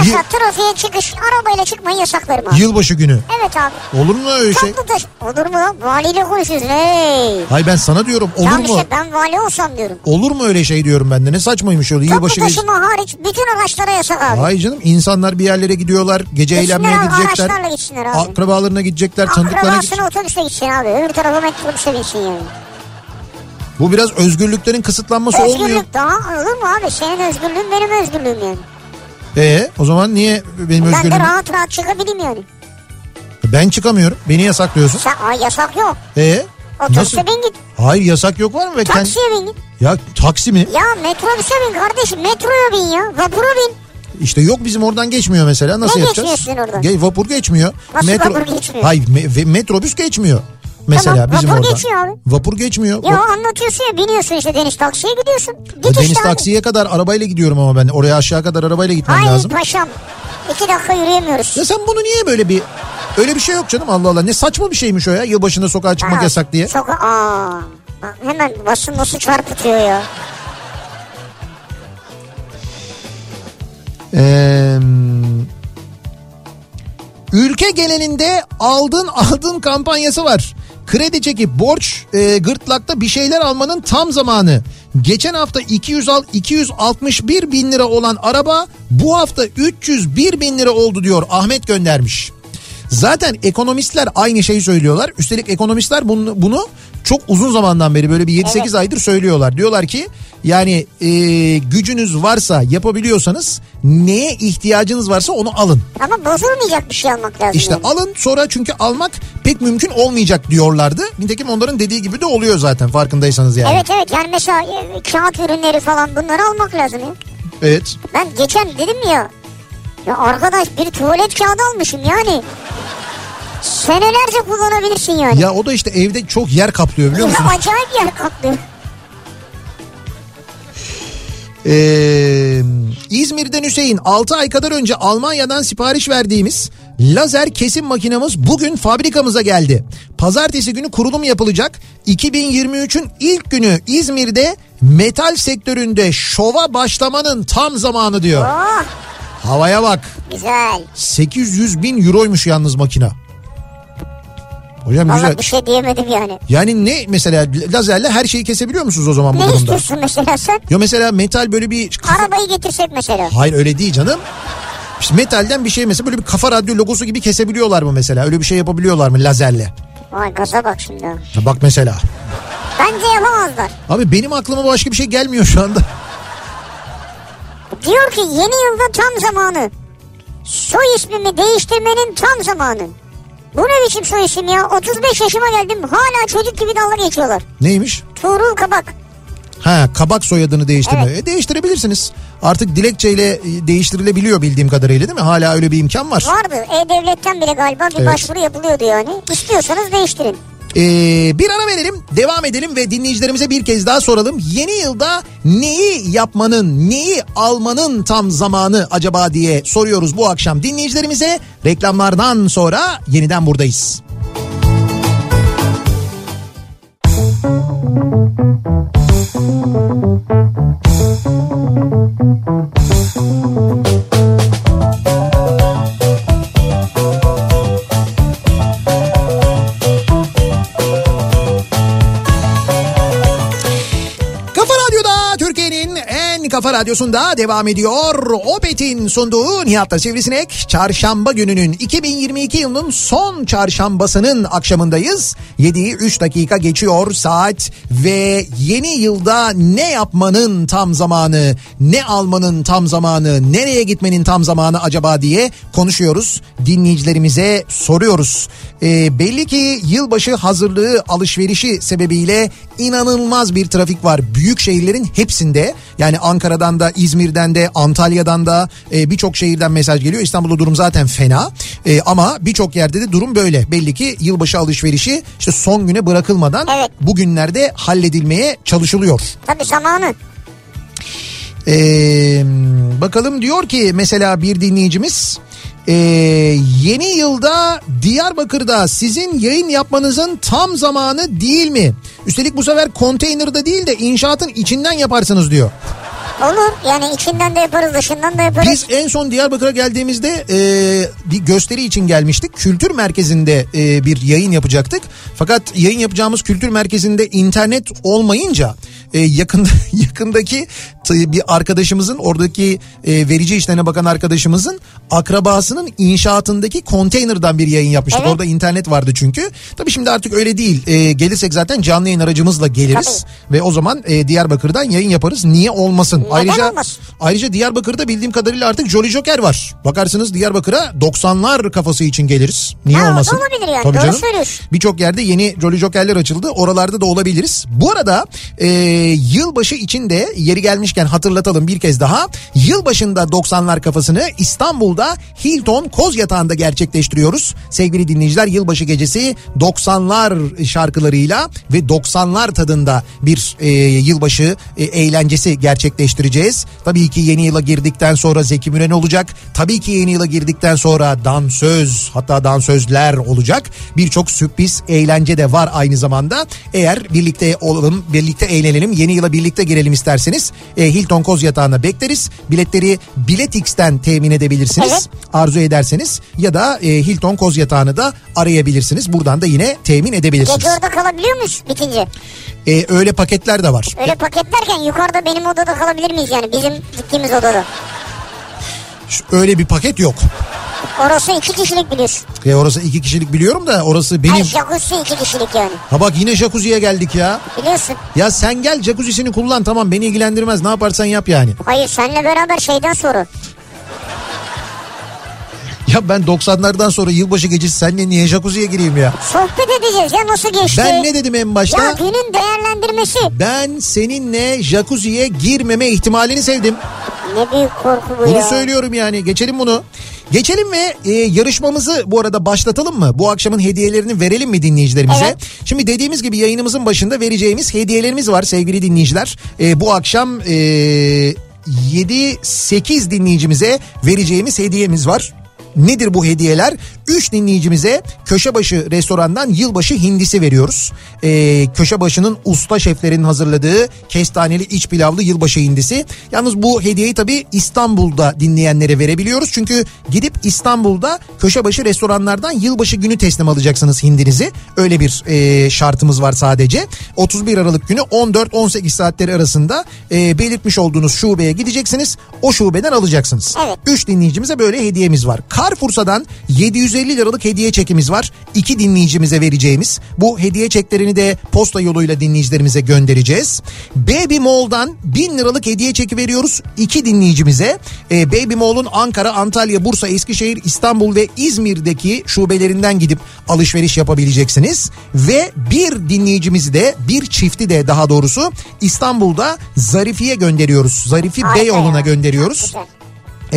[SPEAKER 2] Mesela
[SPEAKER 1] Yı-
[SPEAKER 2] trafiğe çıkış arabayla çıkmayı yasaklarım abi.
[SPEAKER 1] yılbaşı günü.
[SPEAKER 2] Evet abi.
[SPEAKER 1] Olur mu öyle şey?
[SPEAKER 2] Toplu taşı- Olur mu lan? Valiyle konuşuyorsun hey.
[SPEAKER 1] Hay ben sana diyorum olur
[SPEAKER 2] Tamam
[SPEAKER 1] mu?
[SPEAKER 2] işte ben vali olsam diyorum.
[SPEAKER 1] Olur mu öyle şey diyorum ben de ne saçmaymış öyle
[SPEAKER 2] Toplu
[SPEAKER 1] yılbaşı gecesi.
[SPEAKER 2] taşıma hariç bütün araçlara yasak abi.
[SPEAKER 1] Hay canım insanlar bir yerlere gidiyorlar gece
[SPEAKER 2] Gitsinler
[SPEAKER 1] eğlenmeye
[SPEAKER 2] abi,
[SPEAKER 1] gidecekler.
[SPEAKER 2] araçlarla gitsinler abi.
[SPEAKER 1] Akrabalarına gidecekler tanıdıklarına gidecekler.
[SPEAKER 2] Akrabasını otobüste gitsin abi. Öbür tarafa metrobüse gitsin yani.
[SPEAKER 1] Bu biraz özgürlüklerin kısıtlanması olmuyor.
[SPEAKER 2] Özgürlük daha olur mu abi? Senin özgürlüğün benim özgürlüğüm yani.
[SPEAKER 1] Ee, o zaman niye benim
[SPEAKER 2] Ben de
[SPEAKER 1] özgürlüğüm?
[SPEAKER 2] rahat rahat çıkabileyim yani.
[SPEAKER 1] Ben çıkamıyorum. Beni yasaklıyorsun.
[SPEAKER 2] Sen aa, yasak yok.
[SPEAKER 1] Ee, nasıl?
[SPEAKER 2] Otobüse bin git.
[SPEAKER 1] Hayır yasak yok var mı? Ve kend-
[SPEAKER 2] Taksiye bin git.
[SPEAKER 1] Ya taksi mi?
[SPEAKER 2] Ya metrobüse bin kardeşim. Metroya bin ya. Vapura bin.
[SPEAKER 1] İşte yok bizim oradan geçmiyor mesela. Nasıl
[SPEAKER 2] Ne
[SPEAKER 1] yapacağız?
[SPEAKER 2] geçmiyor sizin oradan?
[SPEAKER 1] Ge- vapur geçmiyor.
[SPEAKER 2] Nasıl vapur geçmiyor?
[SPEAKER 1] Hayır me- ve- metrobüs geçmiyor. Mesela
[SPEAKER 2] Tamam,
[SPEAKER 1] bizim
[SPEAKER 2] vapur
[SPEAKER 1] oradan.
[SPEAKER 2] geçiyor abi.
[SPEAKER 1] Vapur geçmiyor.
[SPEAKER 2] Ya
[SPEAKER 1] Va-
[SPEAKER 2] anlatıyorsun ya biniyorsun işte deniz taksiye gidiyorsun. Git
[SPEAKER 1] Ya
[SPEAKER 2] işte
[SPEAKER 1] Deniz
[SPEAKER 2] abi.
[SPEAKER 1] taksiye kadar arabayla gidiyorum ama ben. Oraya aşağı kadar arabayla gitmem
[SPEAKER 2] Ay
[SPEAKER 1] lazım.
[SPEAKER 2] paşam. İki dakika yürüyemiyoruz.
[SPEAKER 1] Ya sen bunu niye böyle bir... Öyle bir şey yok canım Allah Allah. Ne saçma bir şeymiş o ya. Yılbaşında sokağa çıkmak
[SPEAKER 2] Ha,
[SPEAKER 1] yasak diye.
[SPEAKER 2] Çok aa. Bak hemen basın nasıl çarpıtıyor ya.
[SPEAKER 1] Ee, ülke genelinde aldın aldın kampanyası var. Kredi çekip borç e, gırtlakta bir şeyler almanın tam zamanı. Geçen hafta 200 al 261 bin lira olan araba bu hafta 301 bin lira oldu diyor Ahmet göndermiş. Zaten ekonomistler aynı şeyi söylüyorlar. Üstelik ekonomistler bunu, bunu çok uzun zamandan beri böyle bir 7-8 aydır söylüyorlar. Diyorlar ki yani e, gücünüz varsa yapabiliyorsanız neye ihtiyacınız varsa onu alın.
[SPEAKER 2] Ama bozulmayacak bir şey almak lazım.
[SPEAKER 1] İşte
[SPEAKER 2] yani.
[SPEAKER 1] alın sonra çünkü almak pek mümkün olmayacak diyorlardı. Nitekim onların dediği gibi de oluyor zaten farkındaysanız yani.
[SPEAKER 2] Evet evet yani mesela e, kağıt ürünleri falan bunları almak lazım ya.
[SPEAKER 1] Evet.
[SPEAKER 2] Ben geçen dedim ya. Ya arkadaş bir tuvalet kağıdı almışım yani. Senelerce kullanabilirsin yani.
[SPEAKER 1] Ya o da işte evde çok yer kaplıyor biliyor
[SPEAKER 2] Ya
[SPEAKER 1] musun?
[SPEAKER 2] acayip yer kaplıyor.
[SPEAKER 1] Ee, İzmir'den Hüseyin 6 ay kadar önce Almanya'dan sipariş verdiğimiz lazer kesim makinamız bugün fabrikamıza geldi. Pazartesi günü kurulum yapılacak. 2023'ün ilk günü İzmir'de metal sektöründe şova başlamanın tam zamanı diyor.
[SPEAKER 2] Oh
[SPEAKER 1] Havaya bak.
[SPEAKER 2] güzel.
[SPEAKER 1] 800 bin euroymuş yalnız makina. Hocam güzel.
[SPEAKER 2] Valla bir şey diyemedim yani.
[SPEAKER 1] Yani ne mesela lazerle her şeyi kesebiliyor musunuz o zaman bu
[SPEAKER 2] Ne
[SPEAKER 1] durumda?
[SPEAKER 2] istiyorsun mesela sen?
[SPEAKER 1] Ya mesela metal böyle bir
[SPEAKER 2] Arabayı getirsek mesela.
[SPEAKER 1] Hayır öyle değil canım. İşte metalden bir şey mesela böyle bir kafa radyo logosu gibi kesebiliyorlar mı mesela? Öyle bir şey yapabiliyorlar mı lazerle?
[SPEAKER 2] Vay gaza bak şimdi. ha.
[SPEAKER 1] Ya bak mesela.
[SPEAKER 2] Bence yapamazlar.
[SPEAKER 1] Abi benim aklıma başka bir şey gelmiyor şu anda.
[SPEAKER 2] Diyor ki yeni yılda tam zamanı. Soy ismimi değiştirmenin tam zamanı. Bu ne biçim soy isim ya? 35 yaşıma geldim hala çocuk gibi dalga geçiyorlar.
[SPEAKER 1] Neymiş?
[SPEAKER 2] Tuğrul Kabak.
[SPEAKER 1] Ha kabak soyadını değiştirme. E, değiştirebilirsiniz. Artık dilekçeyle e, değiştirilebiliyor bildiğim kadarıyla değil mi? Hala öyle bir imkan var.
[SPEAKER 2] Vardı. E-Devlet'ten bile galiba bir
[SPEAKER 1] Evet.
[SPEAKER 2] başvuru yapılıyordu yani. İstiyorsanız değiştirin.
[SPEAKER 1] Ee, bir ara verelim devam edelim ve dinleyicilerimize bir kez daha soralım. Yeni yılda neyi yapmanın neyi almanın tam zamanı acaba diye soruyoruz bu akşam dinleyicilerimize. Reklamlardan sonra yeniden buradayız. Kafa Radyo'da Türkiye'nin en kafa radyosunda devam ediyor. Opet'in sunduğu Nihat'la Sivrisinek. Çarşamba gününün 2022 yılının son çarşambasının akşamındayız. 7'yi 3 dakika geçiyor saat ve yeni yılda ne yapmanın tam zamanı, ne almanın tam zamanı, nereye gitmenin tam zamanı acaba diye konuşuyoruz. Dinleyicilerimize soruyoruz. Ee, belli ki yılbaşı hazırlığı alışverişi sebebiyle inanılmaz bir trafik var. Büyük şehirlerin hepsinde yani Ankara'dan da İzmir'den de Antalya'dan da e, birçok şehirden mesaj geliyor. İstanbul'da durum zaten fena E, ama birçok yerde de durum böyle. Belli ki yılbaşı alışverişi işte son güne bırakılmadan
[SPEAKER 2] Evet.
[SPEAKER 1] bugünlerde halledilmeye çalışılıyor.
[SPEAKER 2] Tabii zamanı.
[SPEAKER 1] Ee, bakalım diyor ki mesela bir dinleyicimiz ee, yeni yılda Diyarbakır'da sizin yayın yapmanızın tam zamanı değil mi? Üstelik bu sefer konteynerda değil de inşaatın içinden yaparsınız diyor.
[SPEAKER 2] Olur yani içinden de yaparız dışından da yaparız.
[SPEAKER 1] Biz en son Diyarbakır'a geldiğimizde e, bir gösteri için gelmiştik. Kültür merkezinde e, bir yayın yapacaktık. Fakat yayın yapacağımız kültür merkezinde internet olmayınca e, yakında yakındaki t- bir arkadaşımızın oradaki e, verici işlerine bakan arkadaşımızın akrabasının inşaatındaki konteynerdan bir yayın yapmıştık.
[SPEAKER 2] Evet.
[SPEAKER 1] Orada internet vardı çünkü. Tabii şimdi artık öyle değil. E, gelirsek zaten canlı yayın aracımızla geliriz ve o zaman e, Diyarbakır'dan yayın yaparız. Niye olmasın? Ayrıca
[SPEAKER 2] olmasın?
[SPEAKER 1] Ayrıca Diyarbakır'da bildiğim kadarıyla artık Jolly Joker var. Bakarsınız Diyarbakır'a 90'lar kafası için geliriz. Niye
[SPEAKER 2] Ha,
[SPEAKER 1] olmasın?
[SPEAKER 2] olabilir yani.
[SPEAKER 1] Tabii
[SPEAKER 2] Doğru
[SPEAKER 1] canım.
[SPEAKER 2] söylüyorsun.
[SPEAKER 1] Birçok yerde yeni Jolly Joker'ler açıldı. Oralarda da olabiliriz. Bu arada e, yılbaşı için de yeri gelmişken hatırlatalım bir kez daha. Yılbaşında 90'lar kafasını İstanbul'da Hilton Koz Yatağı'nda gerçekleştiriyoruz. Sevgili dinleyiciler yılbaşı gecesi 90'lar şarkılarıyla ve 90'lar tadında bir e, yılbaşı e, eğlencesi gerçekleştireceğiz. Tabii ki yeni yıla girdikten sonra Zeki Müren olacak. Tabii ki yeni yıla girdikten sonra dansöz hatta dansözler olacak. Birçok sürpriz eğlence de var aynı zamanda. Eğer birlikte olalım, birlikte eğlenelim, yeni yıla birlikte girelim isterseniz e, Hilton Koz Yatağı'na bekleriz. Biletleri Biletix'ten temin edebilirsiniz.
[SPEAKER 2] Evet.
[SPEAKER 1] Arzu ederseniz ya da e, Hilton Koz Yatağı'nı da arayabilirsiniz. Buradan da yine temin edebilirsiniz.
[SPEAKER 2] Gece orada kalabiliyor muyuz bitince?
[SPEAKER 1] E, öyle paketler de var.
[SPEAKER 2] Öyle paketlerken yukarıda benim odada kalabilir miyiz yani bizim gittiğimiz odada?
[SPEAKER 1] Ş- Öyle bir paket yok.
[SPEAKER 2] Orası iki kişilik biliyorsun.
[SPEAKER 1] E, orası iki kişilik biliyorum da orası
[SPEAKER 2] Ay
[SPEAKER 1] benim.
[SPEAKER 2] jacuzzi iki kişilik yani.
[SPEAKER 1] Ha bak yine jacuzziye geldik ya.
[SPEAKER 2] Biliyorsun.
[SPEAKER 1] Ya sen gel jacuzzi'sini kullan tamam beni ilgilendirmez ne yaparsan yap yani.
[SPEAKER 2] Hayır seninle beraber şeyden sonra.
[SPEAKER 1] Ya ben 90'lardan sonra yılbaşı gecesi seninle niye jacuzziye gireyim ya?
[SPEAKER 2] Sohbet edeceğiz ya nasıl geçti?
[SPEAKER 1] Ben ne dedim en başta?
[SPEAKER 2] Ya günün değerlendirmesi.
[SPEAKER 1] Ben seninle jacuzziye girmeme ihtimalini sevdim.
[SPEAKER 2] Ne büyük korku bu
[SPEAKER 1] Bunu
[SPEAKER 2] ya.
[SPEAKER 1] söylüyorum yani geçelim bunu. Geçelim ve e, yarışmamızı bu arada başlatalım mı? Bu akşamın hediyelerini verelim mi dinleyicilerimize?
[SPEAKER 2] Evet.
[SPEAKER 1] Şimdi dediğimiz gibi yayınımızın başında vereceğimiz hediyelerimiz var sevgili dinleyiciler. E, bu akşam e, 7-8 dinleyicimize vereceğimiz hediyemiz var. Nedir bu hediyeler? 3 dinleyicimize Köşebaşı restorandan yılbaşı hindisi veriyoruz. Ee, Köşebaşı'nın usta şeflerin hazırladığı kestaneli iç pilavlı yılbaşı hindisi. Yalnız bu hediyeyi tabii İstanbul'da dinleyenlere verebiliyoruz. Çünkü gidip İstanbul'da Köşebaşı restoranlardan yılbaşı günü teslim alacaksınız hindinizi. Öyle bir e, şartımız var sadece. 31 Aralık günü 14-18 saatleri arasında e, belirtmiş olduğunuz şubeye gideceksiniz. O şubeden alacaksınız.
[SPEAKER 2] Evet.
[SPEAKER 1] 3 dinleyicimize böyle hediyemiz var. Carrefour'dan 750 liralık hediye çekimiz var. 2 dinleyicimize vereceğimiz. Bu hediye çeklerini de posta yoluyla dinleyicilerimize göndereceğiz. Baby Mall'dan 1000 liralık hediye çeki veriyoruz 2 dinleyicimize. Ee, Baby Mall'un Ankara, Antalya, Bursa, Eskişehir, İstanbul ve İzmir'deki şubelerinden gidip alışveriş yapabileceksiniz. Ve bir dinleyicimizi de bir çifti de daha doğrusu İstanbul'da Zarifi'ye gönderiyoruz. Zarifi
[SPEAKER 2] Harika
[SPEAKER 1] Beyoğlu'na
[SPEAKER 2] ya.
[SPEAKER 1] gönderiyoruz.
[SPEAKER 2] Güzel.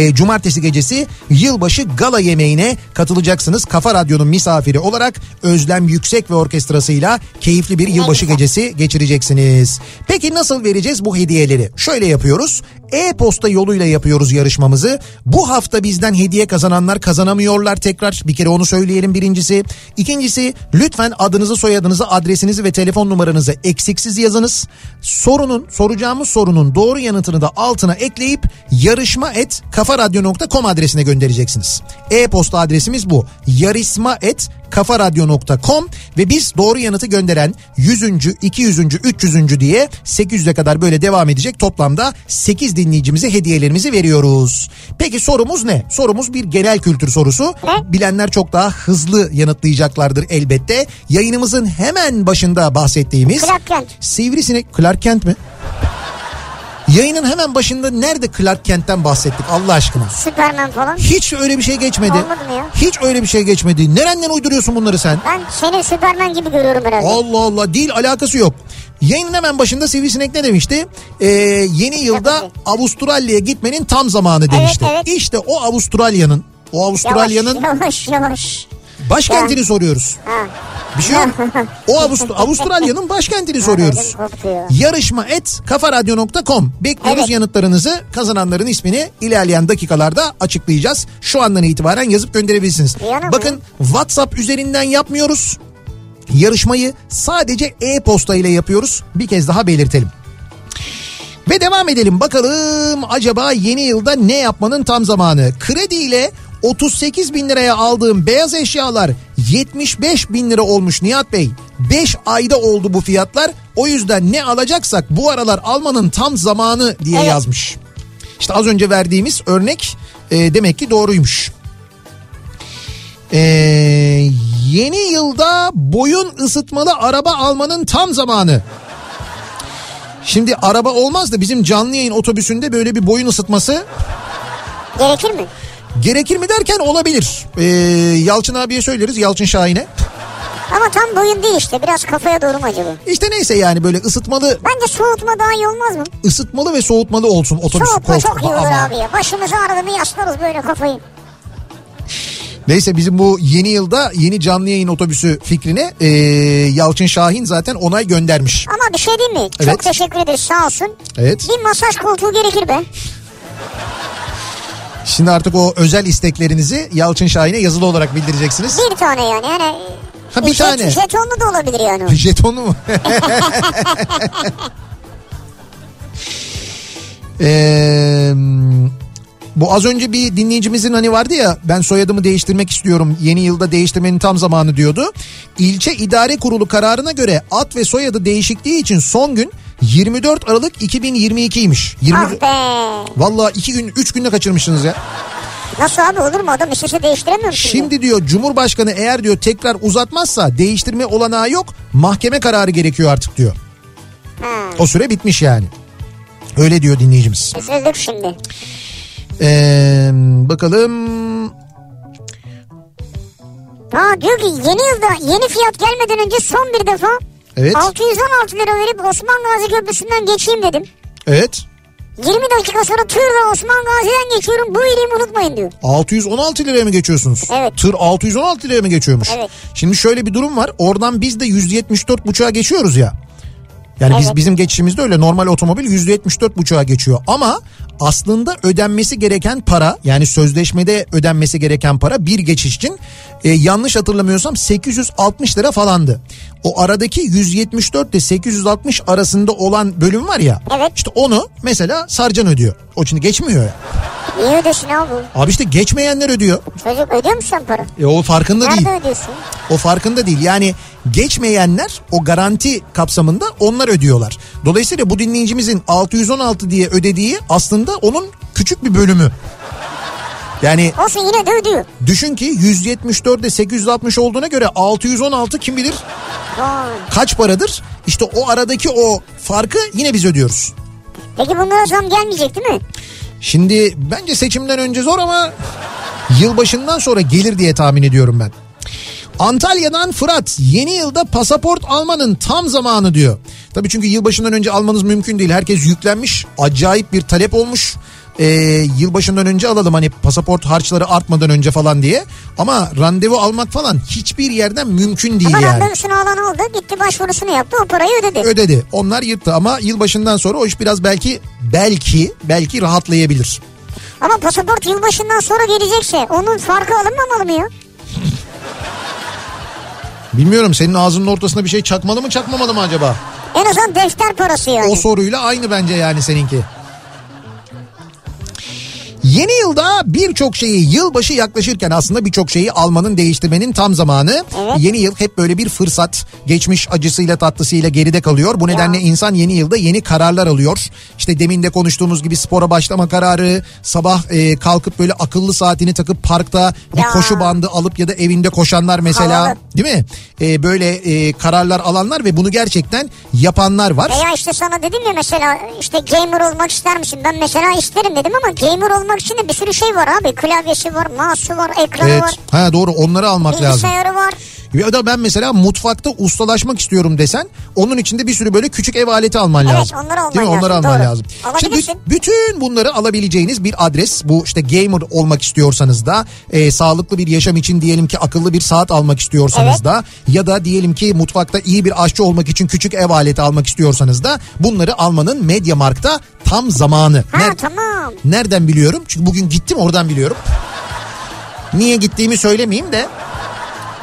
[SPEAKER 1] e, cumartesi gecesi yılbaşı gala yemeğine katılacaksınız. Kafa Radyo'nun misafiri olarak Özlem Yüksek ve orkestrasıyla keyifli bir yılbaşı
[SPEAKER 2] güzel.
[SPEAKER 1] gecesi geçireceksiniz. Peki nasıl vereceğiz bu hediyeleri? Şöyle yapıyoruz. E-posta yoluyla yapıyoruz yarışmamızı. Bu hafta bizden hediye kazananlar kazanamıyorlar tekrar. Bir kere onu söyleyelim birincisi. İkincisi lütfen adınızı, soyadınızı, adresinizi ve telefon numaranızı eksiksiz yazınız. Sorunun, soracağımız sorunun doğru yanıtını da altına ekleyip yarışma et kafaradyo.com adresine göndereceksiniz. E-posta adresimiz bu. Yarışma et kafaradyo.com ve biz doğru yanıtı gönderen 100. 200. 300. diye 800'e kadar böyle devam edecek toplamda 8 dinleyicimize hediyelerimizi veriyoruz. Peki sorumuz ne? Sorumuz bir genel kültür sorusu. Bilenler çok daha hızlı yanıtlayacaklardır elbette. Yayınımızın hemen başında bahsettiğimiz
[SPEAKER 2] Clark Kent.
[SPEAKER 1] Sivrisinek Clark Kent mi? Yayının hemen başında nerede Clark Kent'ten bahsettik Allah aşkına?
[SPEAKER 2] Superman falan.
[SPEAKER 1] Hiç öyle bir şey geçmedi.
[SPEAKER 2] Olmadı mı ya?
[SPEAKER 1] Hiç öyle bir şey geçmedi. Nerenden uyduruyorsun bunları sen?
[SPEAKER 2] Ben seni Superman gibi görüyorum herhalde.
[SPEAKER 1] Allah Allah değil alakası yok. Yayının hemen başında Sivrisinek ne demişti? Ee, yeni yılda
[SPEAKER 2] Yapacak.
[SPEAKER 1] Avustralya'ya gitmenin tam zamanı demişti.
[SPEAKER 2] evet.
[SPEAKER 1] İşte o Avustralya'nın o Avustralya'nın
[SPEAKER 2] Yavaş yavaş yavaş.
[SPEAKER 1] başkentini soruyoruz. Bir şey yok. O Avust- Avustralya'nın başkentini soruyoruz.
[SPEAKER 2] Dedim, korkuyor.
[SPEAKER 1] Yarışma et kafaradyo.com. Bekliyoruz
[SPEAKER 2] Evet.
[SPEAKER 1] yanıtlarınızı. Kazananların ismini ilerleyen dakikalarda açıklayacağız. Şu andan itibaren yazıp gönderebilirsiniz.
[SPEAKER 2] Yanılmıyor.
[SPEAKER 1] Bakın WhatsApp üzerinden yapmıyoruz. Yarışmayı sadece e-posta ile yapıyoruz. Bir kez daha belirtelim. Ve devam edelim bakalım acaba yeni yılda ne yapmanın tam zamanı? Krediyle 38 bin liraya aldığım beyaz eşyalar 75 bin lira olmuş Nihat Bey. 5 ayda oldu bu fiyatlar. O yüzden ne alacaksak bu aralar almanın tam zamanı diye
[SPEAKER 2] Evet.
[SPEAKER 1] yazmış. İşte az önce verdiğimiz örnek e, demek ki doğruymuş. Ee, yeni yılda boyun ısıtmalı araba almanın tam zamanı. Şimdi araba olmaz da bizim canlı yayın otobüsünde böyle bir boyun ısıtması
[SPEAKER 2] Gerekir mi?
[SPEAKER 1] gerekir mi derken olabilir. Ee, Yalçın abiye söyleriz Yalçın Şahin'e.
[SPEAKER 2] Ama tam boyun değil işte. Biraz kafaya doğru mu acaba?
[SPEAKER 1] İşte neyse yani böyle ısıtmalı
[SPEAKER 2] Bence soğutma daha iyi olmaz mı?
[SPEAKER 1] ısıtmalı ve soğutmalı olsun otobüsün
[SPEAKER 2] Soğutma çok iyi
[SPEAKER 1] koltuğu.
[SPEAKER 2] olur
[SPEAKER 1] Ama-
[SPEAKER 2] abi ya. Başımızı arada bir yaslarız böyle kafayı.
[SPEAKER 1] Neyse bizim bu yeni yılda yeni canlı yayın otobüsü fikrine ee, Yalçın Şahin zaten onay göndermiş.
[SPEAKER 2] Ama bir şey diyeyim mi?
[SPEAKER 1] Evet.
[SPEAKER 2] Çok teşekkür ederiz sağ olsun.
[SPEAKER 1] Evet.
[SPEAKER 2] Bir masaj koltuğu gerekir be.
[SPEAKER 1] Şimdi artık o özel isteklerinizi Yalçın Şahin'e yazılı olarak bildireceksiniz.
[SPEAKER 2] Bir tane yani. yani
[SPEAKER 1] Ha, bir
[SPEAKER 2] jet-
[SPEAKER 1] tane.
[SPEAKER 2] Jetonlu da olabilir yani. o.
[SPEAKER 1] Jetonu mu? Eee, bu az önce bir dinleyicimizin hani vardı ya ben soyadımı değiştirmek istiyorum yeni yılda değiştirmenin tam zamanı diyordu. İlçe İdare Kurulu kararına göre ad ve soyadı değişikliği için son gün 24 Aralık 2022'ymiş. 20...
[SPEAKER 2] Ah be.
[SPEAKER 1] Vallahi iki gün üç günde kaçırmışsınız ya.
[SPEAKER 2] Nasıl abi olur mu adam işe değiştiremiyor musun?
[SPEAKER 1] Şimdi diyor Cumhurbaşkanı eğer diyor tekrar uzatmazsa değiştirme olanağı yok. Mahkeme kararı gerekiyor artık diyor.
[SPEAKER 2] Ha.
[SPEAKER 1] O süre bitmiş yani. Öyle diyor dinleyicimiz.
[SPEAKER 2] Üzüldük şimdi.
[SPEAKER 1] Ee, bakalım.
[SPEAKER 2] Ha diyor ki yeni yılda yeni fiyat gelmeden önce son bir defa
[SPEAKER 1] Evet.
[SPEAKER 2] 616 lira verip Osman Gazi Köprüsü'nden geçeyim dedim.
[SPEAKER 1] Evet.
[SPEAKER 2] 20 dakika sonra tırla Osman Gazi'den geçiyorum bu iyiliğimi unutmayın diyor.
[SPEAKER 1] 616 liraya mı geçiyorsunuz?
[SPEAKER 2] Evet.
[SPEAKER 1] Tır 616 liraya mı geçiyormuş?
[SPEAKER 2] Evet.
[SPEAKER 1] Şimdi şöyle bir durum var. Oradan biz de 174.5'a geçiyoruz ya. Yani biz
[SPEAKER 2] Evet.
[SPEAKER 1] bizim geçişimizde öyle normal otomobil 174.5'a geçiyor ama aslında ödenmesi gereken para yani sözleşmede ödenmesi gereken para bir geçiş için e, yanlış hatırlamıyorsam 860 lira falandı. O aradaki 174 ile 860 arasında olan bölüm var ya.
[SPEAKER 2] Evet.
[SPEAKER 1] İşte onu mesela Sarcan ödüyor. O şimdi geçmiyor ya.
[SPEAKER 2] Niye ödesin abi?
[SPEAKER 1] Abi işte geçmeyenler ödüyor.
[SPEAKER 2] Çocuk ödüyor musun sen para?
[SPEAKER 1] E o farkında değil.
[SPEAKER 2] Nerede ödüyorsun?
[SPEAKER 1] O farkında değil. Yani geçmeyenler o garanti kapsamında onlar ödüyorlar. Dolayısıyla bu dinleyicimizin 616 diye ödediği aslında onun küçük bir bölümü. Yani
[SPEAKER 2] Olsun yine de ödüyor.
[SPEAKER 1] düşün ki 174'de 860 olduğuna göre 616 kim bilir
[SPEAKER 2] Vay.
[SPEAKER 1] kaç paradır? İşte o aradaki o farkı yine biz ödüyoruz.
[SPEAKER 2] Peki bunlara zam gelmeyecek değil mi?
[SPEAKER 1] Şimdi bence seçimden önce zor ama yılbaşından sonra gelir diye tahmin ediyorum ben. Antalya'dan Fırat yeni yılda pasaport almanın tam zamanı diyor. Tabii çünkü yılbaşından önce almanız mümkün değil. Herkes yüklenmiş. Acayip bir talep olmuş. e, yılbaşından önce alalım hani pasaport harçları artmadan önce falan diye. Ama randevu almak falan hiçbir yerden mümkün değil
[SPEAKER 2] Ama
[SPEAKER 1] yani.
[SPEAKER 2] randevusunu alan oldu. Gitti başvurusunu yaptı. O parayı ödedi.
[SPEAKER 1] Ödedi. Onlar yırttı ama yılbaşından sonra o iş biraz belki belki belki rahatlayabilir.
[SPEAKER 2] Ama pasaport yılbaşından sonra gelecekse onun farkı alınmamalı mı ya?
[SPEAKER 1] Bilmiyorum senin ağzının ortasına bir şey çakmalı mı çakmamalı mı acaba?
[SPEAKER 2] En azından defter parası yani.
[SPEAKER 1] O soruyla aynı bence yani seninki. Yeni yılda birçok şeyi yılbaşı yaklaşırken aslında birçok şeyi almanın değiştirmenin tam zamanı. Yeni yıl hep böyle bir fırsat. Geçmiş acısıyla tatlısıyla geride kalıyor. Bu nedenle insan yeni yılda yeni kararlar alıyor. İşte demin de konuştuğumuz gibi spora başlama kararı, sabah e, kalkıp böyle akıllı saatini takıp parkta bir
[SPEAKER 2] Ya.
[SPEAKER 1] koşu bandı alıp ya da evinde koşanlar mesela.
[SPEAKER 2] Havalı.
[SPEAKER 1] Değil mi? E, böyle e, kararlar alanlar ve bunu gerçekten yapanlar var.
[SPEAKER 2] Veya işte sana dedim ya mesela işte gamer olmak ister misin? Ben mesela isterim dedim ama gamer olmak için de bir sürü şey var abi. Klavyesi var, mouse'u var, ekranı
[SPEAKER 1] Evet.
[SPEAKER 2] var,
[SPEAKER 1] Ha doğru onları almak lazım.
[SPEAKER 2] bilgisayarı var.
[SPEAKER 1] Ya da ben mesela mutfakta ustalaşmak istiyorum desen onun için de bir sürü böyle küçük ev aleti alman
[SPEAKER 2] Evet,
[SPEAKER 1] lazım.
[SPEAKER 2] onları alman
[SPEAKER 1] Değil mi? Onları
[SPEAKER 2] lazım,
[SPEAKER 1] alman
[SPEAKER 2] doğru.
[SPEAKER 1] lazım. Şimdi
[SPEAKER 2] Alabilirsin.
[SPEAKER 1] bü- bütün bunları alabileceğiniz bir adres bu işte gamer olmak istiyorsanız da e, sağlıklı bir yaşam için diyelim ki akıllı bir saat almak istiyorsanız
[SPEAKER 2] Evet.
[SPEAKER 1] da ya da diyelim ki mutfakta iyi bir aşçı olmak için küçük ev aleti almak istiyorsanız da bunları almanın Mediamarkt'ta tam zamanı.
[SPEAKER 2] Ha
[SPEAKER 1] Ner-
[SPEAKER 2] tamam.
[SPEAKER 1] Nereden biliyorum? Çünkü bugün gittim oradan biliyorum. Niye gittiğimi söylemeyeyim de.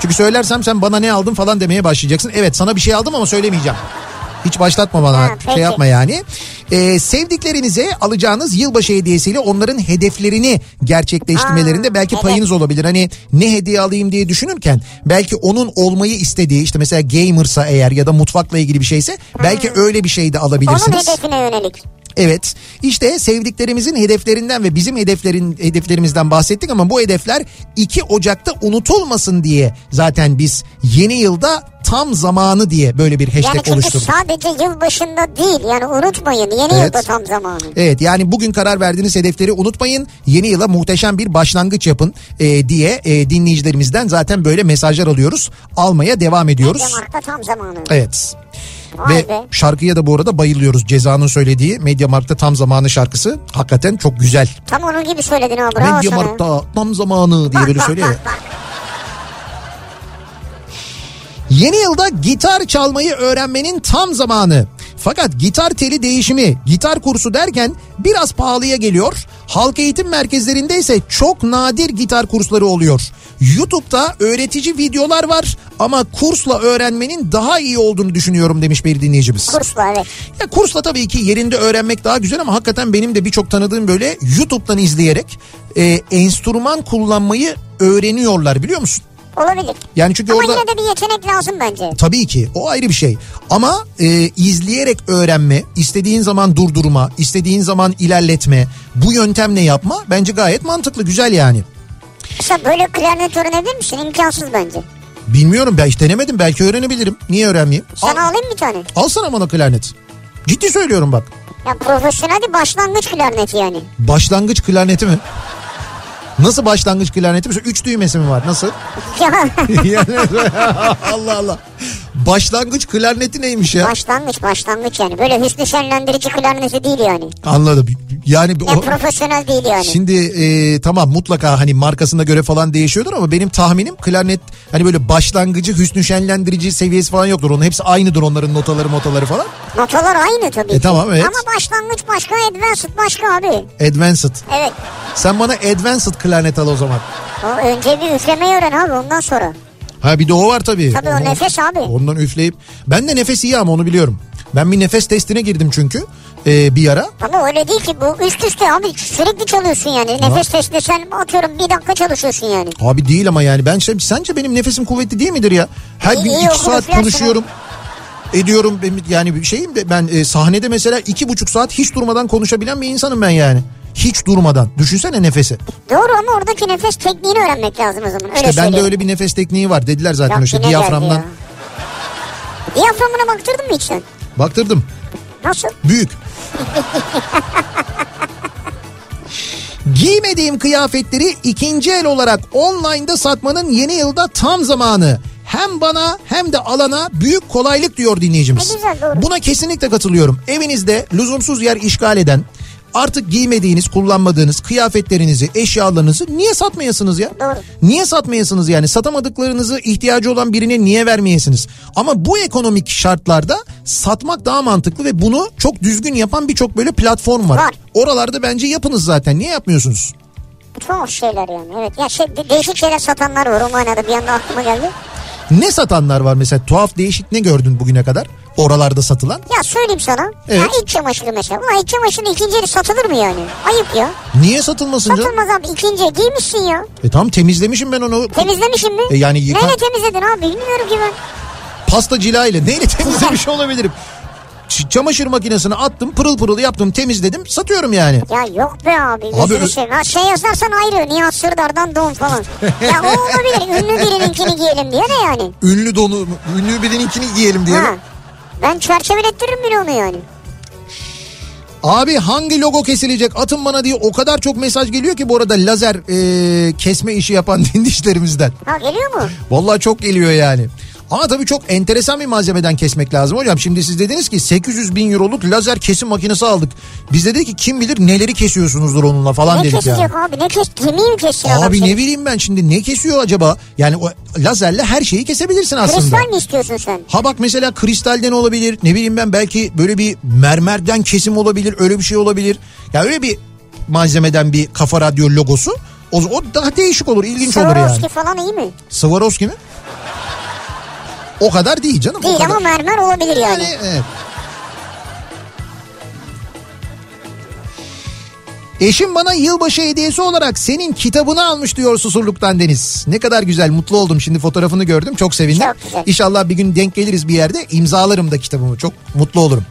[SPEAKER 1] Çünkü söylersem sen bana ne aldın falan demeye başlayacaksın. Evet sana bir şey aldım ama söylemeyeceğim. Hiç başlatma bana
[SPEAKER 2] Ha,
[SPEAKER 1] şey
[SPEAKER 2] peki.
[SPEAKER 1] yapma yani. Ee, sevdiklerinize alacağınız yılbaşı hediyesiyle onların hedeflerini gerçekleştirmelerinde
[SPEAKER 2] Aa,
[SPEAKER 1] belki
[SPEAKER 2] evet.
[SPEAKER 1] payınız olabilir. Hani ne hediye alayım diye düşünürken belki onun olmayı istediği işte mesela gamersa eğer ya da mutfakla ilgili bir şeyse belki öyle bir şey de alabilirsiniz.
[SPEAKER 2] Hmm. Onun hedefine yönelik.
[SPEAKER 1] Evet işte sevdiklerimizin hedeflerinden ve bizim hedeflerin hedeflerimizden bahsettik ama bu hedefler 2 Ocak'ta unutulmasın diye zaten biz yeni yılda tam zamanı diye böyle bir hashtag
[SPEAKER 2] Yani çünkü
[SPEAKER 1] oluşturduk.
[SPEAKER 2] sadece yılbaşında değil yani unutmayın yeni
[SPEAKER 1] Evet. E,
[SPEAKER 2] yılda tam zamanı.
[SPEAKER 1] Evet yani bugün karar verdiğiniz hedefleri unutmayın. Yeni yıla muhteşem bir başlangıç yapın e, diye e, dinleyicilerimizden zaten böyle mesajlar alıyoruz. Almaya devam ediyoruz.
[SPEAKER 2] Demark'ta tam zamanı.
[SPEAKER 1] Evet.
[SPEAKER 2] Vay
[SPEAKER 1] Ve
[SPEAKER 2] be.
[SPEAKER 1] şarkıya da bu arada bayılıyoruz. Ceza'nın söylediği Mediamarkt'ta tam zamanı şarkısı. Hakikaten çok güzel.
[SPEAKER 2] Tam onun gibi söyledin ha bravo
[SPEAKER 1] Medya
[SPEAKER 2] sana.
[SPEAKER 1] Mart'ta tam zamanı diye böyle
[SPEAKER 2] Bak,
[SPEAKER 1] söylüyor. ya.
[SPEAKER 2] bak, bak,
[SPEAKER 1] Yeni yılda gitar çalmayı öğrenmenin tam zamanı. Fakat gitar teli değişimi, gitar kursu derken biraz pahalıya geliyor. Halk eğitim merkezlerinde ise çok nadir gitar kursları oluyor. YouTube'da öğretici videolar var ama kursla öğrenmenin daha iyi olduğunu düşünüyorum demiş bir dinleyicimiz.
[SPEAKER 2] Kursla evet.
[SPEAKER 1] Ya kursla tabii ki yerinde öğrenmek daha güzel ama hakikaten benim de birçok tanıdığım böyle YouTube'dan izleyerek e, enstrüman kullanmayı öğreniyorlar biliyor musun?
[SPEAKER 2] Olabilir.
[SPEAKER 1] Yani çünkü
[SPEAKER 2] Ama
[SPEAKER 1] orada
[SPEAKER 2] yine de bir yetenek lazım bence.
[SPEAKER 1] tabii ki o ayrı bir şey. Ama e, izleyerek öğrenme, istediğin zaman durdurma, istediğin zaman ilerletme, bu yöntemle yapma bence gayet mantıklı, güzel yani.
[SPEAKER 2] Mesela böyle klarnet öğrenebilir misin? İmkansız bence.
[SPEAKER 1] Bilmiyorum ben hiç denemedim belki öğrenebilirim. Niye öğrenmeyeyim?
[SPEAKER 2] Sana
[SPEAKER 1] Al,
[SPEAKER 2] alayım bir tane.
[SPEAKER 1] alsana bana klarnet. Ciddi söylüyorum bak.
[SPEAKER 2] Ya profesyonel bir başlangıç klarneti yani.
[SPEAKER 1] Başlangıç klarneti mi? Nasıl başlangıç klarneti? Mesela üç düğmesi mi var? Nasıl?
[SPEAKER 2] Ya
[SPEAKER 1] Yani- Allah Allah. Başlangıç klarneti neymiş ya?
[SPEAKER 2] başlangıç başlangıç yani. Böyle hüsnü şenlendirici klarneti değil yani.
[SPEAKER 1] Anladım. Yani
[SPEAKER 2] Ya
[SPEAKER 1] o...
[SPEAKER 2] profesyonel değil yani.
[SPEAKER 1] Şimdi e, tamam mutlaka hani markasına göre falan değişiyordur ama benim tahminim klarnet hani böyle başlangıcı hüsnü şenlendirici seviyesi falan yoktur. Onun hepsi aynıdır onların notaları motaları falan.
[SPEAKER 2] Notalar aynı tabii.
[SPEAKER 1] E
[SPEAKER 2] ki.
[SPEAKER 1] tamam, evet.
[SPEAKER 2] Ama başlangıç başka, advanced başka abi.
[SPEAKER 1] Advanced.
[SPEAKER 2] Evet.
[SPEAKER 1] Sen bana advanced klarnet al o zaman.
[SPEAKER 2] O önce bir üflemeyi öğren abi ondan sonra.
[SPEAKER 1] Ha bir de o var tabii.
[SPEAKER 2] Tabii o
[SPEAKER 1] Onu-
[SPEAKER 2] nefes abi.
[SPEAKER 1] Ondan üfleyip. Ben de nefes iyi ama onu biliyorum. Ben bir nefes testine girdim çünkü e, bir ara.
[SPEAKER 2] Ama öyle değil ki bu üst üste abi sürekli çalıyorsun yani. Nefes testinde sen atıyorum bir dakika çalışıyorsun yani.
[SPEAKER 1] Abi değil ama yani ben şey- sence benim nefesim kuvvetli değil midir ya? Her
[SPEAKER 2] İyi,
[SPEAKER 1] gün
[SPEAKER 2] iyi
[SPEAKER 1] iki
[SPEAKER 2] okudun,
[SPEAKER 1] saat
[SPEAKER 2] filan
[SPEAKER 1] konuşuyorum. Ediyorum Ben- yani bir şeyim de ben e, sahnede mesela iki buçuk saat hiç durmadan konuşabilen bir insanım ben yani. Hiç durmadan. Düşünsene nefesi.
[SPEAKER 2] Doğru ama oradaki nefes tekniğini öğrenmek lazım o zaman. Öyle
[SPEAKER 1] İşte bende
[SPEAKER 2] söyleyeyim.
[SPEAKER 1] öyle bir nefes tekniği var dediler zaten
[SPEAKER 2] Yok,
[SPEAKER 1] işte
[SPEAKER 2] yine
[SPEAKER 1] diyaframdan.
[SPEAKER 2] geldi ya. Diyaframına baktırdın mı hiç sen?
[SPEAKER 1] Baktırdım.
[SPEAKER 2] Nasıl?
[SPEAKER 1] Büyük. Giymediğim kıyafetleri ikinci el olarak online'da satmanın yeni yılda tam zamanı. Hem bana hem de alana büyük kolaylık diyor dinleyicimiz.
[SPEAKER 2] Ne güzel, doğru.
[SPEAKER 1] Buna kesinlikle katılıyorum. Evinizde lüzumsuz yer işgal eden Artık giymediğiniz, kullanmadığınız kıyafetlerinizi, eşyalarınızı niye satmayasınız ya?
[SPEAKER 2] Doğru.
[SPEAKER 1] Niye satmayasınız yani? Satamadıklarınızı ihtiyacı olan birine niye vermeyesiniz? Ama bu ekonomik şartlarda satmak daha mantıklı ve bunu çok düzgün yapan birçok böyle platform var.
[SPEAKER 2] Var.
[SPEAKER 1] Oralarda bence yapınız zaten. Niye yapmıyorsunuz?
[SPEAKER 2] Tuhaf şeyler yani evet. Ya şey de- değişik şeyler satanlar var o manada bir anda aklıma geldi.
[SPEAKER 1] Ne satanlar var mesela? Tuhaf değişik ne gördün bugüne kadar? Oralarda satılan.
[SPEAKER 2] Ya söyleyeyim sana.
[SPEAKER 1] Evet.
[SPEAKER 2] Ya iç çamaşırı mesela. Ulan iç çamaşırı ikinci eli satılır mı yani? Ayıp ya.
[SPEAKER 1] Niye satılmasın canım?
[SPEAKER 2] Satılmaz abi ikinci el giymişsin ya.
[SPEAKER 1] E tamam temizlemişim ben onu.
[SPEAKER 2] Temizlemişim mi?
[SPEAKER 1] E yani yıkan-
[SPEAKER 2] Neyle temizledin abi bilmiyorum ki ben.
[SPEAKER 1] Pasta cila ile neyle temizlemiş olabilirim? Ç- çamaşır makinesine attım pırıl pırıl yaptım temizledim satıyorum yani.
[SPEAKER 2] Ya yok be abi. Abi.
[SPEAKER 1] ö-
[SPEAKER 2] Şey. Ha, şey yazarsan ayrı. Nihat Sırdar'dan don falan. ya o olabilir. Ünlü birininkini giyelim diye de yani.
[SPEAKER 1] Ünlü donu, ünlü birininkini giyelim diye.
[SPEAKER 2] Ha. Ben çerçevelettiririm bile onu yani.
[SPEAKER 1] Abi hangi logo kesilecek atın bana diye o kadar çok mesaj geliyor ki bu arada lazer e, kesme işi yapan dindişlerimizden.
[SPEAKER 2] Ha geliyor mu?
[SPEAKER 1] Vallahi çok geliyor yani. Ama tabii çok enteresan bir malzemeden kesmek lazım hocam. Şimdi siz dediniz ki 800 bin euroluk lazer kesim makinesi aldık. Biz de dedik ki kim bilir neleri kesiyorsunuzdur onunla falan
[SPEAKER 2] Ne
[SPEAKER 1] dedik
[SPEAKER 2] kesecek Şey-
[SPEAKER 1] yani.
[SPEAKER 2] abi? Ne kes? Gemiyi mi kesiyor adam
[SPEAKER 1] Abi
[SPEAKER 2] seni?
[SPEAKER 1] ne bileyim ben şimdi ne kesiyor acaba? Yani o lazerle her şeyi kesebilirsin aslında.
[SPEAKER 2] Kristal mi istiyorsun sen?
[SPEAKER 1] Ha bak mesela kristalden olabilir. Ne bileyim ben belki böyle bir mermerden kesim olabilir. Öyle bir şey olabilir. Ya öyle bir malzemeden bir kafa radyo logosu. O, o daha değişik olur, ilginç olur yani.
[SPEAKER 2] Swarovski falan iyi mi?
[SPEAKER 1] Swarovski mi? O kadar değil canım. o
[SPEAKER 2] Değil
[SPEAKER 1] kadar.
[SPEAKER 2] ama mermer olabilir yani.
[SPEAKER 1] Yani, evet. Eşim bana yılbaşı hediyesi olarak senin kitabını almış diyor Susurluk'tan Deniz. Ne kadar güzel mutlu oldum şimdi fotoğrafını gördüm çok sevindim.
[SPEAKER 2] Çok güzel.
[SPEAKER 1] İnşallah bir gün denk geliriz bir yerde imzalarım da kitabımı çok mutlu olurum.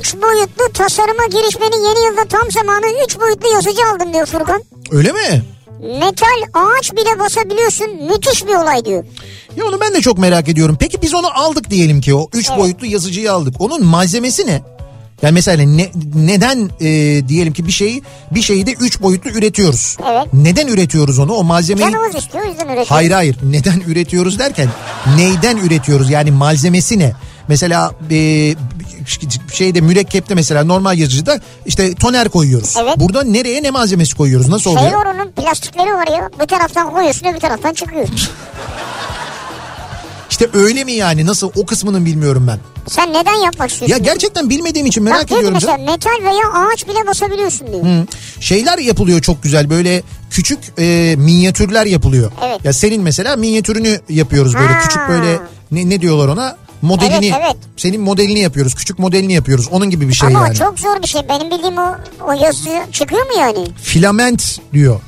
[SPEAKER 2] Üç boyutlu tasarıma girişmenin yeni yılda tam zamanı üç boyutlu yazıcı aldım diyor Furkan.
[SPEAKER 1] Öyle mi?
[SPEAKER 2] Metal ağaç bile basabiliyorsun müthiş bir olay diyor.
[SPEAKER 1] Ya onu ben de çok merak ediyorum. Peki biz onu aldık diyelim ki o 3
[SPEAKER 2] Evet.
[SPEAKER 1] boyutlu yazıcıyı aldık. Onun malzemesi ne? Yani mesela hani ne, neden e, diyelim ki bir şeyi bir şeyi de 3 boyutlu üretiyoruz.
[SPEAKER 2] Evet.
[SPEAKER 1] Neden üretiyoruz onu? O malzemeyi
[SPEAKER 2] Canımız istiyor o yüzden üretiyor.
[SPEAKER 1] Hayır hayır neden üretiyoruz derken neyden üretiyoruz yani malzemesi ne? Mesela e, şeyde mürekkepte mesela normal yazıcıda işte toner koyuyoruz.
[SPEAKER 2] Evet.
[SPEAKER 1] Burada nereye ne malzemesi koyuyoruz nasıl
[SPEAKER 2] Şey
[SPEAKER 1] oluyor?
[SPEAKER 2] var onun plastikleri var ya. Bir taraftan koyuyorsun öbür taraftan çıkıyor.
[SPEAKER 1] İşte öyle mi yani nasıl o kısmını bilmiyorum ben.
[SPEAKER 2] Sen neden yapmak istiyorsun?
[SPEAKER 1] Ya gerçekten bilmediğim için
[SPEAKER 2] Bak
[SPEAKER 1] merak
[SPEAKER 2] diyor ki
[SPEAKER 1] ediyorum.
[SPEAKER 2] şey mesela
[SPEAKER 1] canım.
[SPEAKER 2] metal veya ağaç bile basabiliyorsun diyor.
[SPEAKER 1] Hı. Şeyler yapılıyor çok güzel böyle küçük e, minyatürler yapılıyor.
[SPEAKER 2] Evet.
[SPEAKER 1] Ya senin mesela minyatürünü yapıyoruz böyle
[SPEAKER 2] Ha.
[SPEAKER 1] küçük böyle ne, ne diyorlar ona? Modelini.
[SPEAKER 2] Evet, evet.
[SPEAKER 1] Senin modelini yapıyoruz. Küçük modelini yapıyoruz. Onun gibi bir şey
[SPEAKER 2] Ama o
[SPEAKER 1] yani.
[SPEAKER 2] çok zor bir şey. Benim bildiğim o, o yazı çıkıyor mu yani?
[SPEAKER 1] Filament diyor.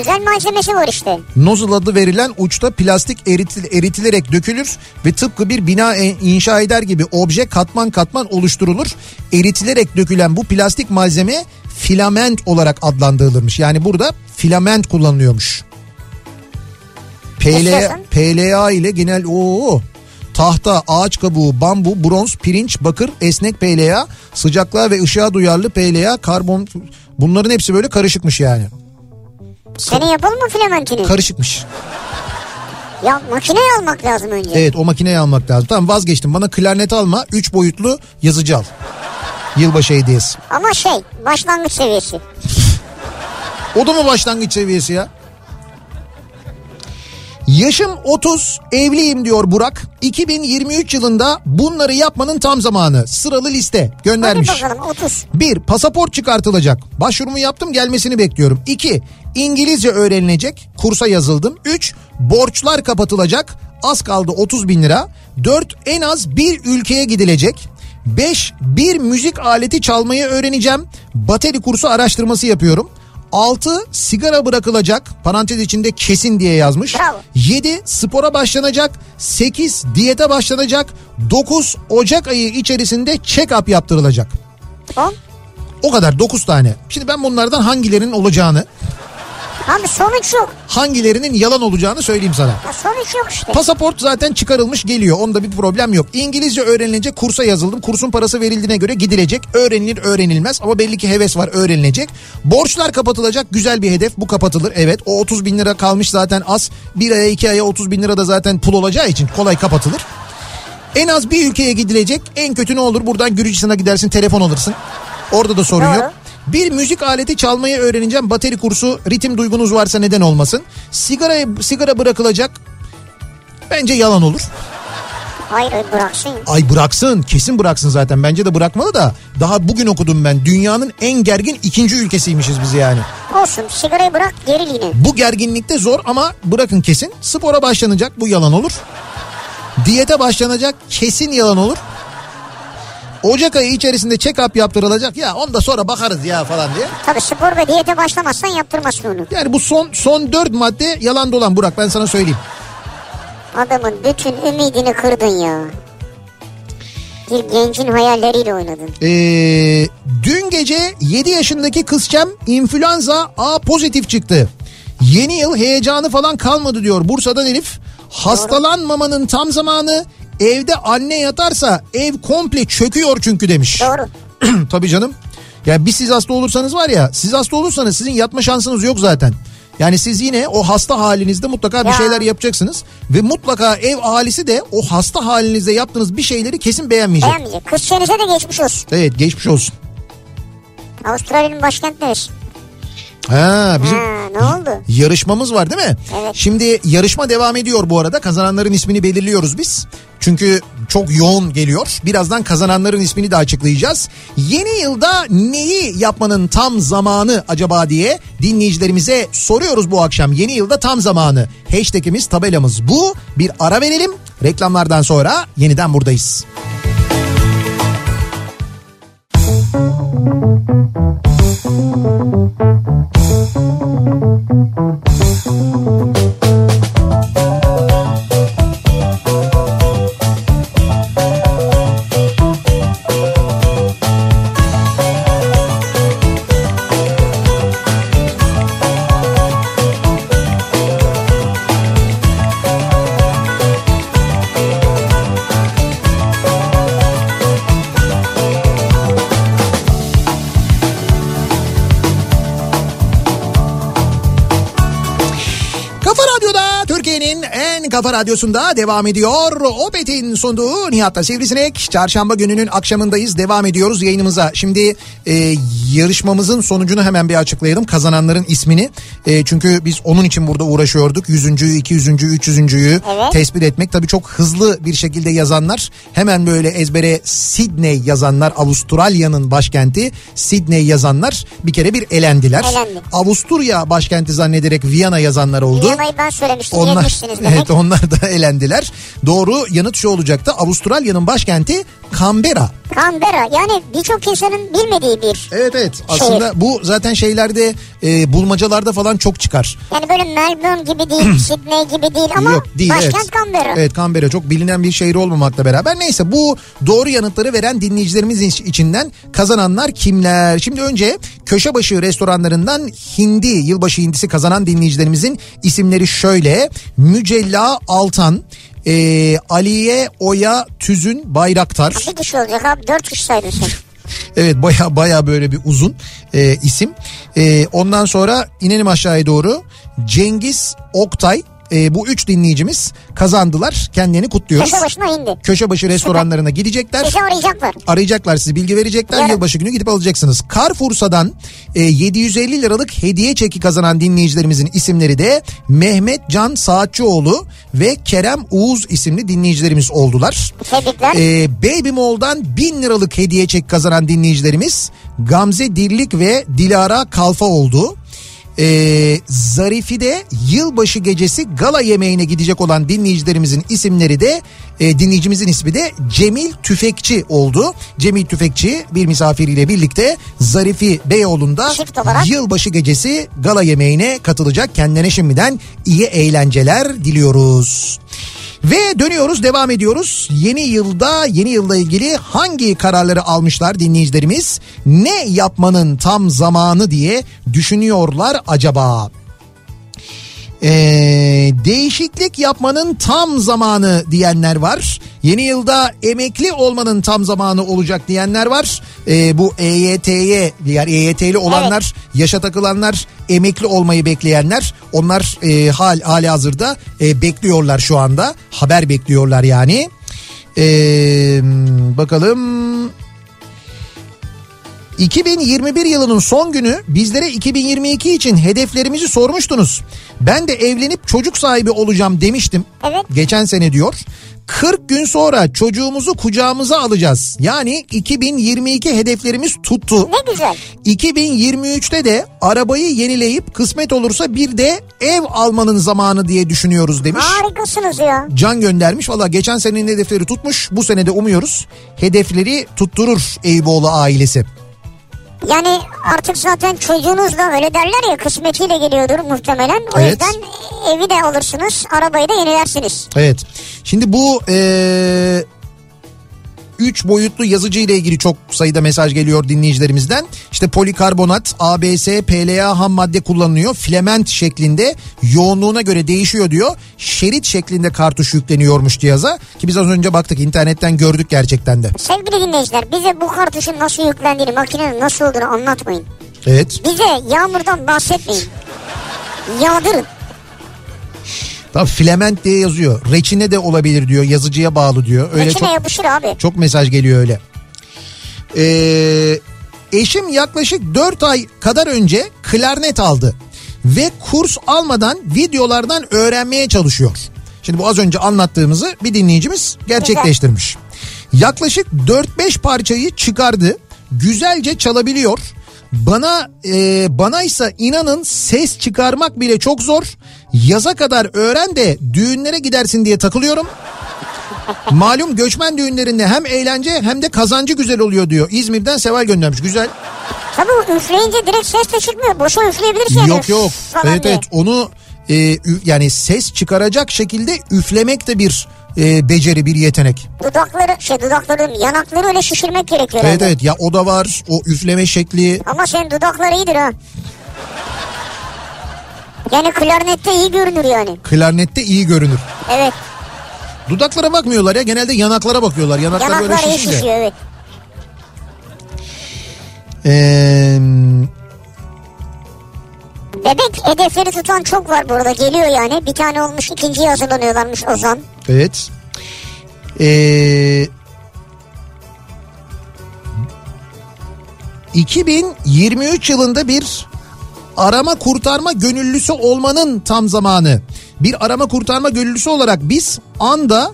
[SPEAKER 2] Özel malzemesi var işte.
[SPEAKER 1] Nozzle adı verilen uçta plastik eritil- eritilerek dökülür ve tıpkı bir bina e- inşa eder gibi obje katman katman oluşturulur. Eritilerek dökülen bu plastik malzeme filament olarak adlandırılırmış. Yani burada filament kullanılıyormuş. PLA,
[SPEAKER 2] Yaşasın.
[SPEAKER 1] PLA ile genel o tahta, ağaç kabuğu, bambu, bronz, pirinç, bakır, esnek PLA, sıcaklığa ve ışığa duyarlı PLA, karbon bunların hepsi böyle karışıkmış yani.
[SPEAKER 2] Senin yapalım mı filamentini?
[SPEAKER 1] Karışıkmış.
[SPEAKER 2] ya makineyi almak lazım önce.
[SPEAKER 1] Evet o makineyi almak lazım. Tamam vazgeçtim bana klarnet alma 3 boyutlu yazıcı al. Yılbaşı hediyesi.
[SPEAKER 2] Ama şey başlangıç seviyesi.
[SPEAKER 1] O da mı başlangıç seviyesi ya? Yaşım 30, evliyim diyor Burak. 2023 yılında bunları yapmanın tam zamanı. Sıralı liste göndermiş.
[SPEAKER 2] Hadi bakalım 30.
[SPEAKER 1] 1. Pasaport çıkartılacak. Başvurumu yaptım gelmesini bekliyorum. 2. İngilizce öğrenilecek. Kursa yazıldım. 3. Borçlar kapatılacak. Az kaldı 30 bin lira. 4. En az bir ülkeye gidilecek. 5. Bir müzik aleti çalmayı öğreneceğim. Bateri kursu araştırması yapıyorum. 6. Sigara bırakılacak. Parantez içinde kesin diye yazmış.
[SPEAKER 2] Bravo.
[SPEAKER 1] 7 spora başlanacak. 8 diyete başlanacak. 9 Ocak ayı içerisinde check-up yaptırılacak.
[SPEAKER 2] 10.
[SPEAKER 1] O kadar 9 tane. Şimdi ben bunlardan hangilerinin olacağını,
[SPEAKER 2] Abi sonuç yok.
[SPEAKER 1] hangilerinin yalan olacağını söyleyeyim sana.
[SPEAKER 2] Ya sonuç yok işte.
[SPEAKER 1] Pasaport zaten çıkarılmış geliyor. Onda bir problem yok. İngilizce öğrenilince kursa yazıldım. Kursun parası verildiğine göre gidilecek. Öğrenilir öğrenilmez ama belli ki heves var öğrenilecek. Borçlar kapatılacak. Güzel bir hedef. Bu kapatılır. Evet o 30 bin lira kalmış zaten az. Bir aya iki aya 30 bin lira da zaten pul olacağı için kolay kapatılır. En az bir ülkeye gidilecek. En kötü ne olur? Buradan Gürcistan'a gidersin telefon alırsın. Orada da sorun
[SPEAKER 2] Doğru.
[SPEAKER 1] yok. Bir müzik aleti çalmayı öğreneceğim. Bateri kursu ritim duygunuz varsa neden olmasın. Sigaraya, sigara bırakılacak. Bence yalan olur.
[SPEAKER 2] Hayır hayır, bıraksın.
[SPEAKER 1] Ay bıraksın kesin bıraksın zaten bence de bırakmalı da daha bugün okudum ben dünyanın en gergin ikinci ülkesiymişiz biz yani.
[SPEAKER 2] Olsun sigarayı bırak geriliğine.
[SPEAKER 1] Bu gerginlikte zor ama bırakın kesin spora başlanacak bu yalan olur. Diyete başlanacak kesin yalan olur. Ocak ayı içerisinde check-up yaptırılacak ya onda sonra bakarız ya falan diye.
[SPEAKER 2] Tabii spor ve diyete başlamazsan yaptırmasın onu.
[SPEAKER 1] Yani bu son son dört madde yalan dolan Burak ben sana söyleyeyim.
[SPEAKER 2] Adamın bütün ümidini kırdın ya. Bir gencin hayalleriyle oynadın.
[SPEAKER 1] Ee, dün gece 7 yaşındaki kızcem influenza A pozitif çıktı. Yeni yıl heyecanı falan kalmadı diyor Bursa'dan Elif. Hastalanmamanın tam zamanı evde anne yatarsa ev komple çöküyor çünkü demiş.
[SPEAKER 2] Doğru.
[SPEAKER 1] Tabii canım. Ya biz siz hasta olursanız var ya siz hasta olursanız sizin yatma şansınız yok zaten. Yani siz yine o hasta halinizde mutlaka bir
[SPEAKER 2] Ya.
[SPEAKER 1] şeyler yapacaksınız. Ve mutlaka ev ahalisi de o hasta halinizde yaptığınız bir şeyleri kesin beğenmeyecek.
[SPEAKER 2] Beğenmeyecek. Kız çenize de geçmiş olsun.
[SPEAKER 1] Evet geçmiş olsun.
[SPEAKER 2] Avustralya'nın başkenti neresi?
[SPEAKER 1] Ha bizim
[SPEAKER 2] Ha, ne oldu?
[SPEAKER 1] yarışmamız var değil mi?
[SPEAKER 2] Evet.
[SPEAKER 1] Şimdi yarışma devam ediyor bu arada. Kazananların ismini belirliyoruz biz. Çünkü çok yoğun geliyor. Birazdan kazananların ismini de açıklayacağız. Yeni yılda neyi yapmanın tam zamanı acaba diye dinleyicilerimize soruyoruz bu akşam. Yeni yılda tam zamanı. Hashtag'imiz tabelamız bu. Bir ara verelim. Reklamlardan sonra yeniden buradayız. Kafa Radyo'da Türkiye'nin en kafa radyosunda devam ediyor. Opet'in sunduğu Nihat'la Sivrisinek. Çarşamba gününün akşamındayız. Devam ediyoruz yayınımıza. Şimdi e, yarışmamızın sonucunu hemen bir açıklayalım. Kazananların ismini. E, çünkü biz onun için burada uğraşıyorduk. Yüzüncüyü, iki yüzüncüyü, üç yüzüncüyü
[SPEAKER 2] Evet.
[SPEAKER 1] tespit etmek. Tabii çok hızlı bir şekilde yazanlar. Hemen böyle ezbere Sydney yazanlar. Avustralya'nın başkenti Sydney yazanlar bir kere bir elendiler.
[SPEAKER 2] Elendi.
[SPEAKER 1] Avusturya başkenti zannederek Viyana yazanlar oldu.
[SPEAKER 2] Viyana'yı ben söylemiştim.
[SPEAKER 1] Onlar,
[SPEAKER 2] Yetmişsiniz demek.
[SPEAKER 1] evet, onlar da elendiler. Doğru yanıt şu olacaktı. Avustralya'nın başkenti Canberra.
[SPEAKER 2] Canberra yani birçok insanın bilmediği bir.
[SPEAKER 1] Evet evet. Aslında bu zaten şeylerde e, bulmacalarda falan çok çıkar.
[SPEAKER 2] Yani böyle Melbourne gibi değil, Sydney gibi değil ama
[SPEAKER 1] Yok değil
[SPEAKER 2] başkent
[SPEAKER 1] evet.
[SPEAKER 2] Canberra.
[SPEAKER 1] Evet Canberra çok bilinen bir şehir olmamakla beraber. Neyse bu doğru yanıtları veren dinleyicilerimiz iç- içinden kazananlar kimler? Şimdi önce köşebaşı restoranlarından hindi, yılbaşı hindisi kazanan dinleyicilerimizin isimleri şöyle. Mücella Altan, e, Aliye Oya Tüzün Bayraktar.
[SPEAKER 2] Bir kişi olacak abi dört kişi saydın sen.
[SPEAKER 1] Evet baya baya böyle bir uzun e, isim. E, ondan sonra inelim aşağıya doğru. Cengiz Oktay e, bu üç dinleyicimiz kazandılar. Kendilerini kutluyoruz.
[SPEAKER 2] Köşe başına indi.
[SPEAKER 1] Köşebaşı restoranlarına gidecekler.
[SPEAKER 2] Bizi arayacaklar.
[SPEAKER 1] Arayacaklar sizi bilgi verecekler.
[SPEAKER 2] Evet.
[SPEAKER 1] Yılbaşı günü gidip alacaksınız. Carrefour'dan e, 750 liralık hediye çeki kazanan dinleyicilerimizin isimleri de Mehmet Can Saatçıoğlu ve Kerem Uğuz isimli dinleyicilerimiz oldular.
[SPEAKER 2] Tebrikler.
[SPEAKER 1] Ee, Baby Mall'dan 1000 liralık hediye çek kazanan dinleyicilerimiz Gamze Dirlik ve Dilara Kalfa oldu. Ee, Zarifi'de yılbaşı gecesi gala yemeğine gidecek olan dinleyicilerimizin isimleri de e, dinleyicimizin ismi de Cemil Tüfekçi oldu. Cemil Tüfekçi bir misafiriyle birlikte Zarifi Beyoğlu'nda
[SPEAKER 2] Çift olarak.
[SPEAKER 1] yılbaşı gecesi gala yemeğine katılacak. Kendilerine şimdiden iyi eğlenceler diliyoruz. Ve dönüyoruz devam ediyoruz. Yeni yılda yeni yılda ilgili hangi kararları almışlar dinleyicilerimiz? Ne yapmanın tam zamanı diye düşünüyorlar acaba? Ee, değişiklik yapmanın tam zamanı diyenler var. Yeni yılda emekli olmanın tam zamanı olacak diyenler var. Ee, bu EYT'ye yani EYT'li E olanlar, yaşa takılanlar, emekli olmayı bekleyenler onlar e, hal hali hazırda e, bekliyorlar şu anda. Haber bekliyorlar yani. Ee, bakalım 2021 yılının son günü bizlere 2022 için hedeflerimizi sormuştunuz. Ben de evlenip çocuk sahibi olacağım demiştim.
[SPEAKER 2] Evet.
[SPEAKER 1] Geçen sene diyor. 40 gün sonra çocuğumuzu kucağımıza alacağız. Yani 2022 hedeflerimiz tuttu.
[SPEAKER 2] Ne güzel.
[SPEAKER 1] 2023'te de arabayı yenileyip kısmet olursa bir de ev almanın zamanı diye düşünüyoruz demiş.
[SPEAKER 2] Harikasınız ya.
[SPEAKER 1] Can göndermiş. Valla geçen senenin hedefleri tutmuş. Bu sene de umuyoruz. Hedefleri tutturur Eyüboğlu ailesi.
[SPEAKER 2] Yani artık zaten çocuğunuz da öyle derler ya kısmetiyle geliyordur muhtemelen. O
[SPEAKER 1] Evet.
[SPEAKER 2] yüzden evi de alırsınız, arabayı da yenilersiniz.
[SPEAKER 1] Evet. Şimdi bu eee üç boyutlu yazıcı ile ilgili çok sayıda mesaj geliyor dinleyicilerimizden. İşte polikarbonat, ABS, PLA ham madde kullanılıyor. Filament şeklinde yoğunluğuna göre değişiyor diyor. Şerit şeklinde kartuş yükleniyormuş cihaza. Ki biz az önce baktık internetten gördük gerçekten de.
[SPEAKER 2] Sevgili dinleyiciler bize bu kartuşun nasıl yüklendiğini, makinenin nasıl olduğunu anlatmayın.
[SPEAKER 1] Evet.
[SPEAKER 2] Bize yağmurdan bahsetmeyin. Yağdırın.
[SPEAKER 1] Tam filament diye yazıyor. Reçine de olabilir diyor. Yazıcıya bağlı diyor. Öyle
[SPEAKER 2] Reçine
[SPEAKER 1] çok
[SPEAKER 2] yapışır abi.
[SPEAKER 1] Çok mesaj geliyor öyle. Ee, eşim yaklaşık 4 ay kadar önce klarnet aldı. Ve kurs almadan videolardan öğrenmeye çalışıyor. Şimdi bu az önce anlattığımızı bir dinleyicimiz gerçekleştirmiş. Yaklaşık 4-5 parçayı çıkardı. Güzelce çalabiliyor. Bana e, bana ise inanın ses çıkarmak bile çok zor. Yaza kadar öğren de düğünlere gidersin diye takılıyorum. Malum göçmen düğünlerinde hem eğlence hem de kazancı güzel oluyor diyor. İzmir'den Seval göndermiş. Güzel.
[SPEAKER 2] Tabii o üfleyince direkt ses de çıkmıyor. Boşa üfleyebilirsin. yani.
[SPEAKER 1] Yok yok.
[SPEAKER 2] Falan
[SPEAKER 1] Evet
[SPEAKER 2] diye.
[SPEAKER 1] evet onu e, ü- yani ses çıkaracak şekilde üflemek de bir e, beceri bir yetenek.
[SPEAKER 2] Dudakları, şey dudakları, diyorum, yanakları öyle şişirmek gerekiyor.
[SPEAKER 1] Evet
[SPEAKER 2] herhalde.
[SPEAKER 1] evet ya o da var o üfleme şekli.
[SPEAKER 2] Ama senin dudakları iyidir ha. Yani klarnette iyi görünür yani.
[SPEAKER 1] Klarnette iyi görünür.
[SPEAKER 2] Evet.
[SPEAKER 1] Dudaklara bakmıyorlar ya genelde yanaklara bakıyorlar. Yanaklar,
[SPEAKER 2] Yanaklar
[SPEAKER 1] böyle
[SPEAKER 2] iyi
[SPEAKER 1] şişince.
[SPEAKER 2] şişiyor evet.
[SPEAKER 1] Ee,
[SPEAKER 2] Bebek hedefleri tutan çok var burada. Geliyor yani. Bir tane olmuş ikinciye hazırlanıyorlarmış Ozan.
[SPEAKER 1] evet. Ee, 2023 yılında bir arama kurtarma gönüllüsü olmanın tam zamanı. Bir arama kurtarma gönüllüsü olarak biz anda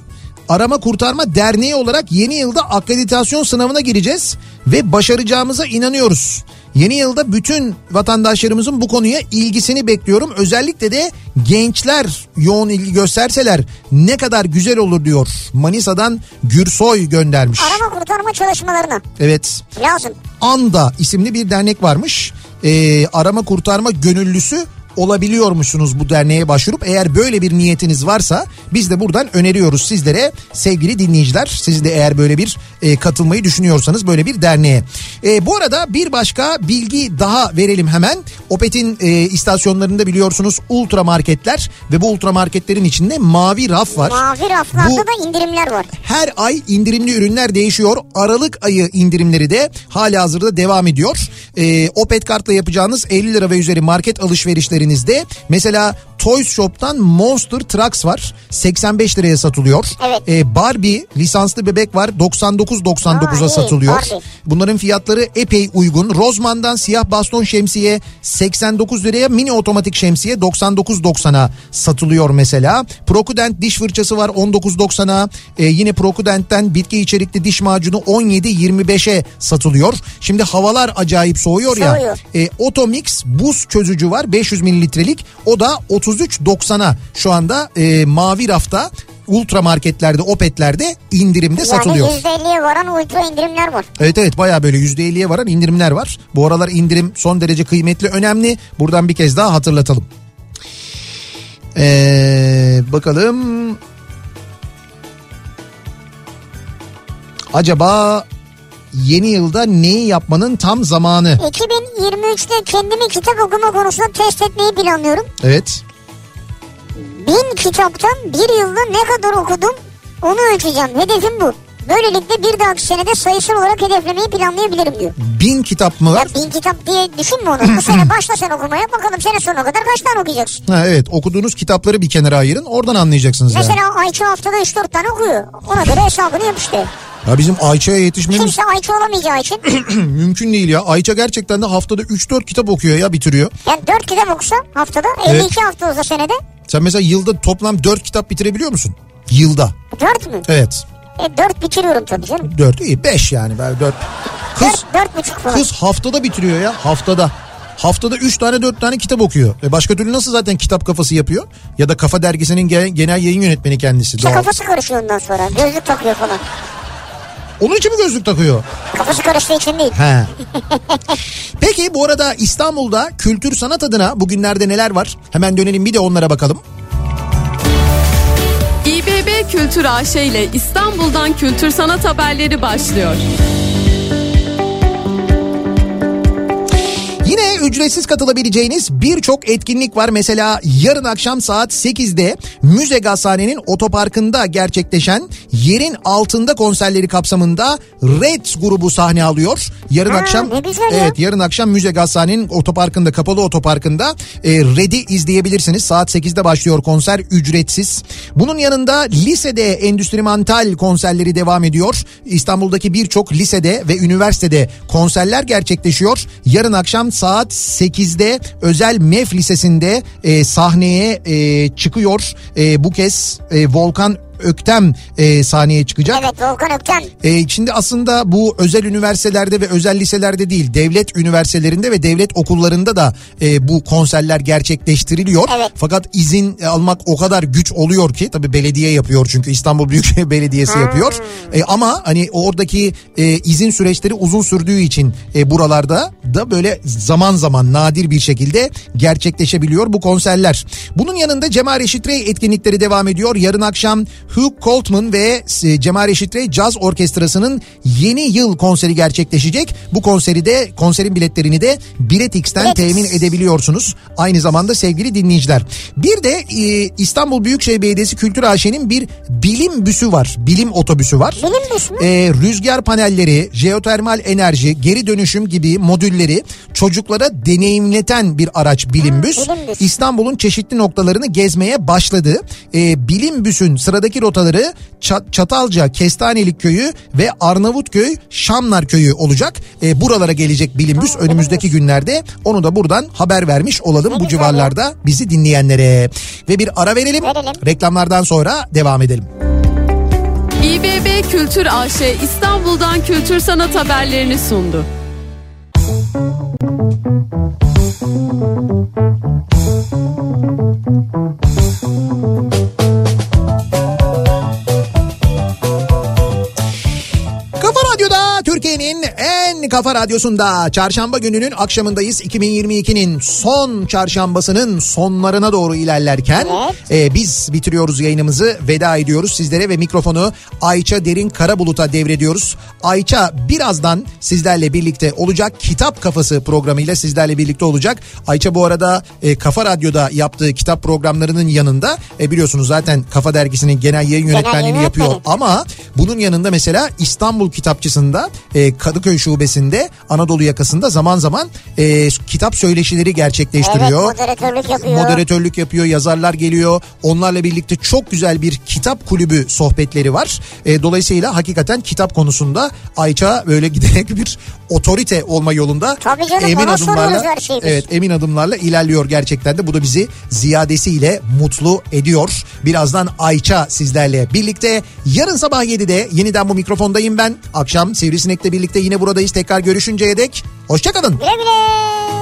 [SPEAKER 1] Arama Kurtarma Derneği olarak yeni yılda akreditasyon sınavına gireceğiz ve başaracağımıza inanıyoruz. Yeni yılda bütün vatandaşlarımızın bu konuya ilgisini bekliyorum. Özellikle de gençler yoğun ilgi gösterseler ne kadar güzel olur diyor. Manisa'dan Gürsoy göndermiş.
[SPEAKER 2] Arama kurtarma çalışmalarına
[SPEAKER 1] Evet.
[SPEAKER 2] lazım.
[SPEAKER 1] Anda isimli bir dernek varmış. Ee, arama kurtarma gönüllüsü olabiliyormuşsunuz bu derneğe başvurup eğer böyle bir niyetiniz varsa biz de buradan öneriyoruz sizlere sevgili dinleyiciler siz de eğer böyle bir e, katılmayı düşünüyorsanız böyle bir derneğe. E, bu arada bir başka bilgi daha verelim hemen Opet'in e, istasyonlarında biliyorsunuz ultra marketler ve bu ultra marketlerin içinde mavi raf var.
[SPEAKER 2] Mavi raflarda
[SPEAKER 1] Bu-
[SPEAKER 2] da indirimler var.
[SPEAKER 1] her ay indirimli ürünler değişiyor. Aralık ayı indirimleri de hala hazırda devam ediyor. Ee, Opet kartla yapacağınız 50 lira ve üzeri market alışverişlerinizde mesela Toys Shop'tan Monster Trucks var. 85 liraya satılıyor.
[SPEAKER 2] Evet.
[SPEAKER 1] Ee, Barbie lisanslı bebek var. 99.99'a
[SPEAKER 2] Aa, iyi,
[SPEAKER 1] satılıyor.
[SPEAKER 2] Barbie.
[SPEAKER 1] Bunların fiyatları epey uygun. Rozman'dan siyah baston şemsiye 89 liraya, mini otomatik şemsiye 99.90'a satılıyor mesela. Prokudent diş fırçası var 19.90'a. Ee, yine Prokudent'ten bitki içerikli diş macunu 17.25'e satılıyor. Şimdi havalar acayip soğuyor ya.
[SPEAKER 2] Soğuyor.
[SPEAKER 1] E, Otomix buz çözücü var 500 mililitrelik. O da 33.90'a şu anda e, mavi rafta ultra marketlerde, opetlerde indirimde satılıyor.
[SPEAKER 2] Yani %50'ye varan ultra indirimler var.
[SPEAKER 1] Evet evet bayağı böyle %50'ye varan indirimler var. Bu aralar indirim son derece kıymetli önemli. Buradan bir kez daha hatırlatalım. Ee, bakalım. Acaba yeni yılda neyi yapmanın tam zamanı?
[SPEAKER 2] 2023'te kendimi kitap okuma konusunda test etmeyi planlıyorum.
[SPEAKER 1] Evet.
[SPEAKER 2] Bin kitaptan bir yılda ne kadar okudum onu ölçeceğim. Hedefim bu. Böylelikle bir dahaki senede sayısal olarak hedeflemeyi planlayabilirim diyor.
[SPEAKER 1] Bin kitap mı
[SPEAKER 2] Ya
[SPEAKER 1] var?
[SPEAKER 2] bin kitap diye düşünme onu. Bu sene başla sen okumaya bakalım sene sonuna kadar kaç tane okuyacaksın.
[SPEAKER 1] Ha, evet okuduğunuz kitapları bir kenara ayırın oradan anlayacaksınız. yani.
[SPEAKER 2] Mesela Ayça haftada 3-4 tane okuyor. Ona göre hesabını yap işte.
[SPEAKER 1] Ya bizim Ayça'ya yetişmemiz
[SPEAKER 2] Kimse Ayça olamayacağı için.
[SPEAKER 1] mümkün değil ya. Ayça gerçekten de haftada 3-4 kitap okuyor ya bitiriyor.
[SPEAKER 2] Yani 4 kitap okusa haftada 52 hafta olsa senede
[SPEAKER 1] Sen mesela yılda toplam 4 kitap bitirebiliyor musun? Yılda.
[SPEAKER 2] 4 mü?
[SPEAKER 1] Evet.
[SPEAKER 2] E 4 bitiriyorum tabii canım.
[SPEAKER 1] 4 iyi 5 yani. 4. Kız
[SPEAKER 2] 4 buçuk falan.
[SPEAKER 1] Kız haftada bitiriyor ya haftada. Haftada 3 tane 4 tane kitap okuyor. E başka türlü nasıl zaten kitap kafası yapıyor? Ya da Kafa Dergisi'nin ge- genel yayın yönetmeni kendisi.
[SPEAKER 2] İşte
[SPEAKER 1] Doğal.
[SPEAKER 2] kafası karışıyor ondan sonra. Gözlük takıyor falan.
[SPEAKER 1] Onun için mi gözlük takıyor?
[SPEAKER 2] Kafası karıştığı için değil.
[SPEAKER 1] He. Peki bu arada İstanbul'da kültür sanat adına bugünlerde neler var? Hemen dönelim bir de onlara bakalım.
[SPEAKER 3] İBB Kültür AŞ ile İstanbul'dan kültür sanat haberleri başlıyor.
[SPEAKER 1] Yine ücretsiz katılabileceğiniz birçok etkinlik var. Mesela yarın akşam saat 8'de Müze Gazhane'nin otoparkında gerçekleşen yerin altında konserleri kapsamında Reds grubu sahne alıyor. Yarın
[SPEAKER 2] Aa,
[SPEAKER 1] akşam
[SPEAKER 2] ne güzel ya.
[SPEAKER 1] Evet yarın akşam Müze Gazhane'nin otoparkında kapalı otoparkında e, Red'i izleyebilirsiniz. Saat 8'de başlıyor konser ücretsiz. Bunun yanında lisede Endüstri Mantal konserleri devam ediyor. İstanbul'daki birçok lisede ve üniversitede konserler gerçekleşiyor. Yarın akşam saat 8'de özel MEF Lisesi'nde e, sahneye e, çıkıyor. E, bu kez e, Volkan Öktem e, sahneye çıkacak.
[SPEAKER 2] Evet Volkan Ökten.
[SPEAKER 1] E, şimdi aslında bu özel üniversitelerde ve özel liselerde değil devlet üniversitelerinde ve devlet okullarında da e, bu konserler gerçekleştiriliyor.
[SPEAKER 2] Evet.
[SPEAKER 1] Fakat izin e, almak o kadar güç oluyor ki tabii belediye yapıyor çünkü İstanbul Büyükşehir Belediyesi yapıyor. E, ama hani oradaki e, izin süreçleri uzun sürdüğü için e, buralarda da böyle zaman zaman nadir bir şekilde gerçekleşebiliyor bu konserler. Bunun yanında Cemal Reşit Rey etkinlikleri devam ediyor. Yarın akşam Hugh Coltman ve e, Cemal Reşit Rey Caz Orkestrası'nın yeni yıl konseri gerçekleşecek. Bu konseri de konserin biletlerini de Biletix'ten
[SPEAKER 2] Biletix.
[SPEAKER 1] temin edebiliyorsunuz. Aynı zamanda sevgili dinleyiciler. Bir de e, İstanbul Büyükşehir Belediyesi Kültür AŞ'nin bir bilim büsü var. Bilim otobüsü var.
[SPEAKER 2] Bilim büsü mü?
[SPEAKER 1] E, rüzgar panelleri, jeotermal enerji, geri dönüşüm gibi modülleri çocuklara deneyimleten bir araç Bilimbüs.
[SPEAKER 2] Bilimbüs.
[SPEAKER 1] İstanbul'un çeşitli noktalarını gezmeye başladı. E, Bilimbüs'ün sıradaki rotaları Ça- Çatalca, Kestanelik Köyü ve Arnavutköy, Şamlar Köyü olacak. E, buralara gelecek Bilimbüs önümüzdeki günlerde. Onu da buradan haber vermiş olalım bu
[SPEAKER 2] güzel
[SPEAKER 1] civarlarda bizi dinleyenlere. Ve bir ara verelim.
[SPEAKER 2] Verelim.
[SPEAKER 1] Reklamlardan sonra devam edelim.
[SPEAKER 3] İBB Kültür AŞ İstanbul'dan kültür sanat haberlerini sundu.
[SPEAKER 1] Kafa Radyo'da Türkiye'nin en kafa radyosunda çarşamba gününün akşamındayız. 2022'nin son çarşambasının sonlarına doğru ilerlerken e, biz bitiriyoruz yayınımızı veda ediyoruz sizlere ve mikrofonu Ayça Derin Karabulut'a devrediyoruz. Ayça birazdan sizlerle birlikte olacak Kitap Kafası programıyla sizlerle birlikte olacak. Ayça bu arada e, Kafa Radyo'da yaptığı kitap programlarının yanında e, biliyorsunuz zaten Kafa Dergisi'nin genel yayın
[SPEAKER 2] yayın
[SPEAKER 1] yönetmenliğini yapıyor
[SPEAKER 2] yönetmeni.
[SPEAKER 1] ama bunun yanında mesela İstanbul Kitapçısı'nda e, Kadıköy Şubesi'nde Anadolu yakasında zaman zaman e, kitap söyleşileri
[SPEAKER 2] Evet
[SPEAKER 1] gerçekleştiriyor.
[SPEAKER 2] moderatörlük yapıyor.
[SPEAKER 1] Moderatörlük yapıyor, yazarlar geliyor. Onlarla birlikte çok güzel bir kitap kulübü sohbetleri var. E, dolayısıyla hakikaten kitap konusunda Ayça böyle giderek bir otorite olma yolunda
[SPEAKER 2] Tabii canım,
[SPEAKER 1] emin
[SPEAKER 2] ona
[SPEAKER 1] adımlarla
[SPEAKER 2] soruyoruz her şeyi biz.
[SPEAKER 1] evet emin adımlarla ilerliyor gerçekten de. Bu da bizi ziyadesiyle mutlu ediyor. Birazdan Ayça sizlerle birlikte yarın sabah 7'de yeniden bu mikrofondayım ben. Akşam Sivrisinek'le birlikte yine buradayız. Tekrar görüşünceye dek hoşçakalın.
[SPEAKER 2] Güle güle.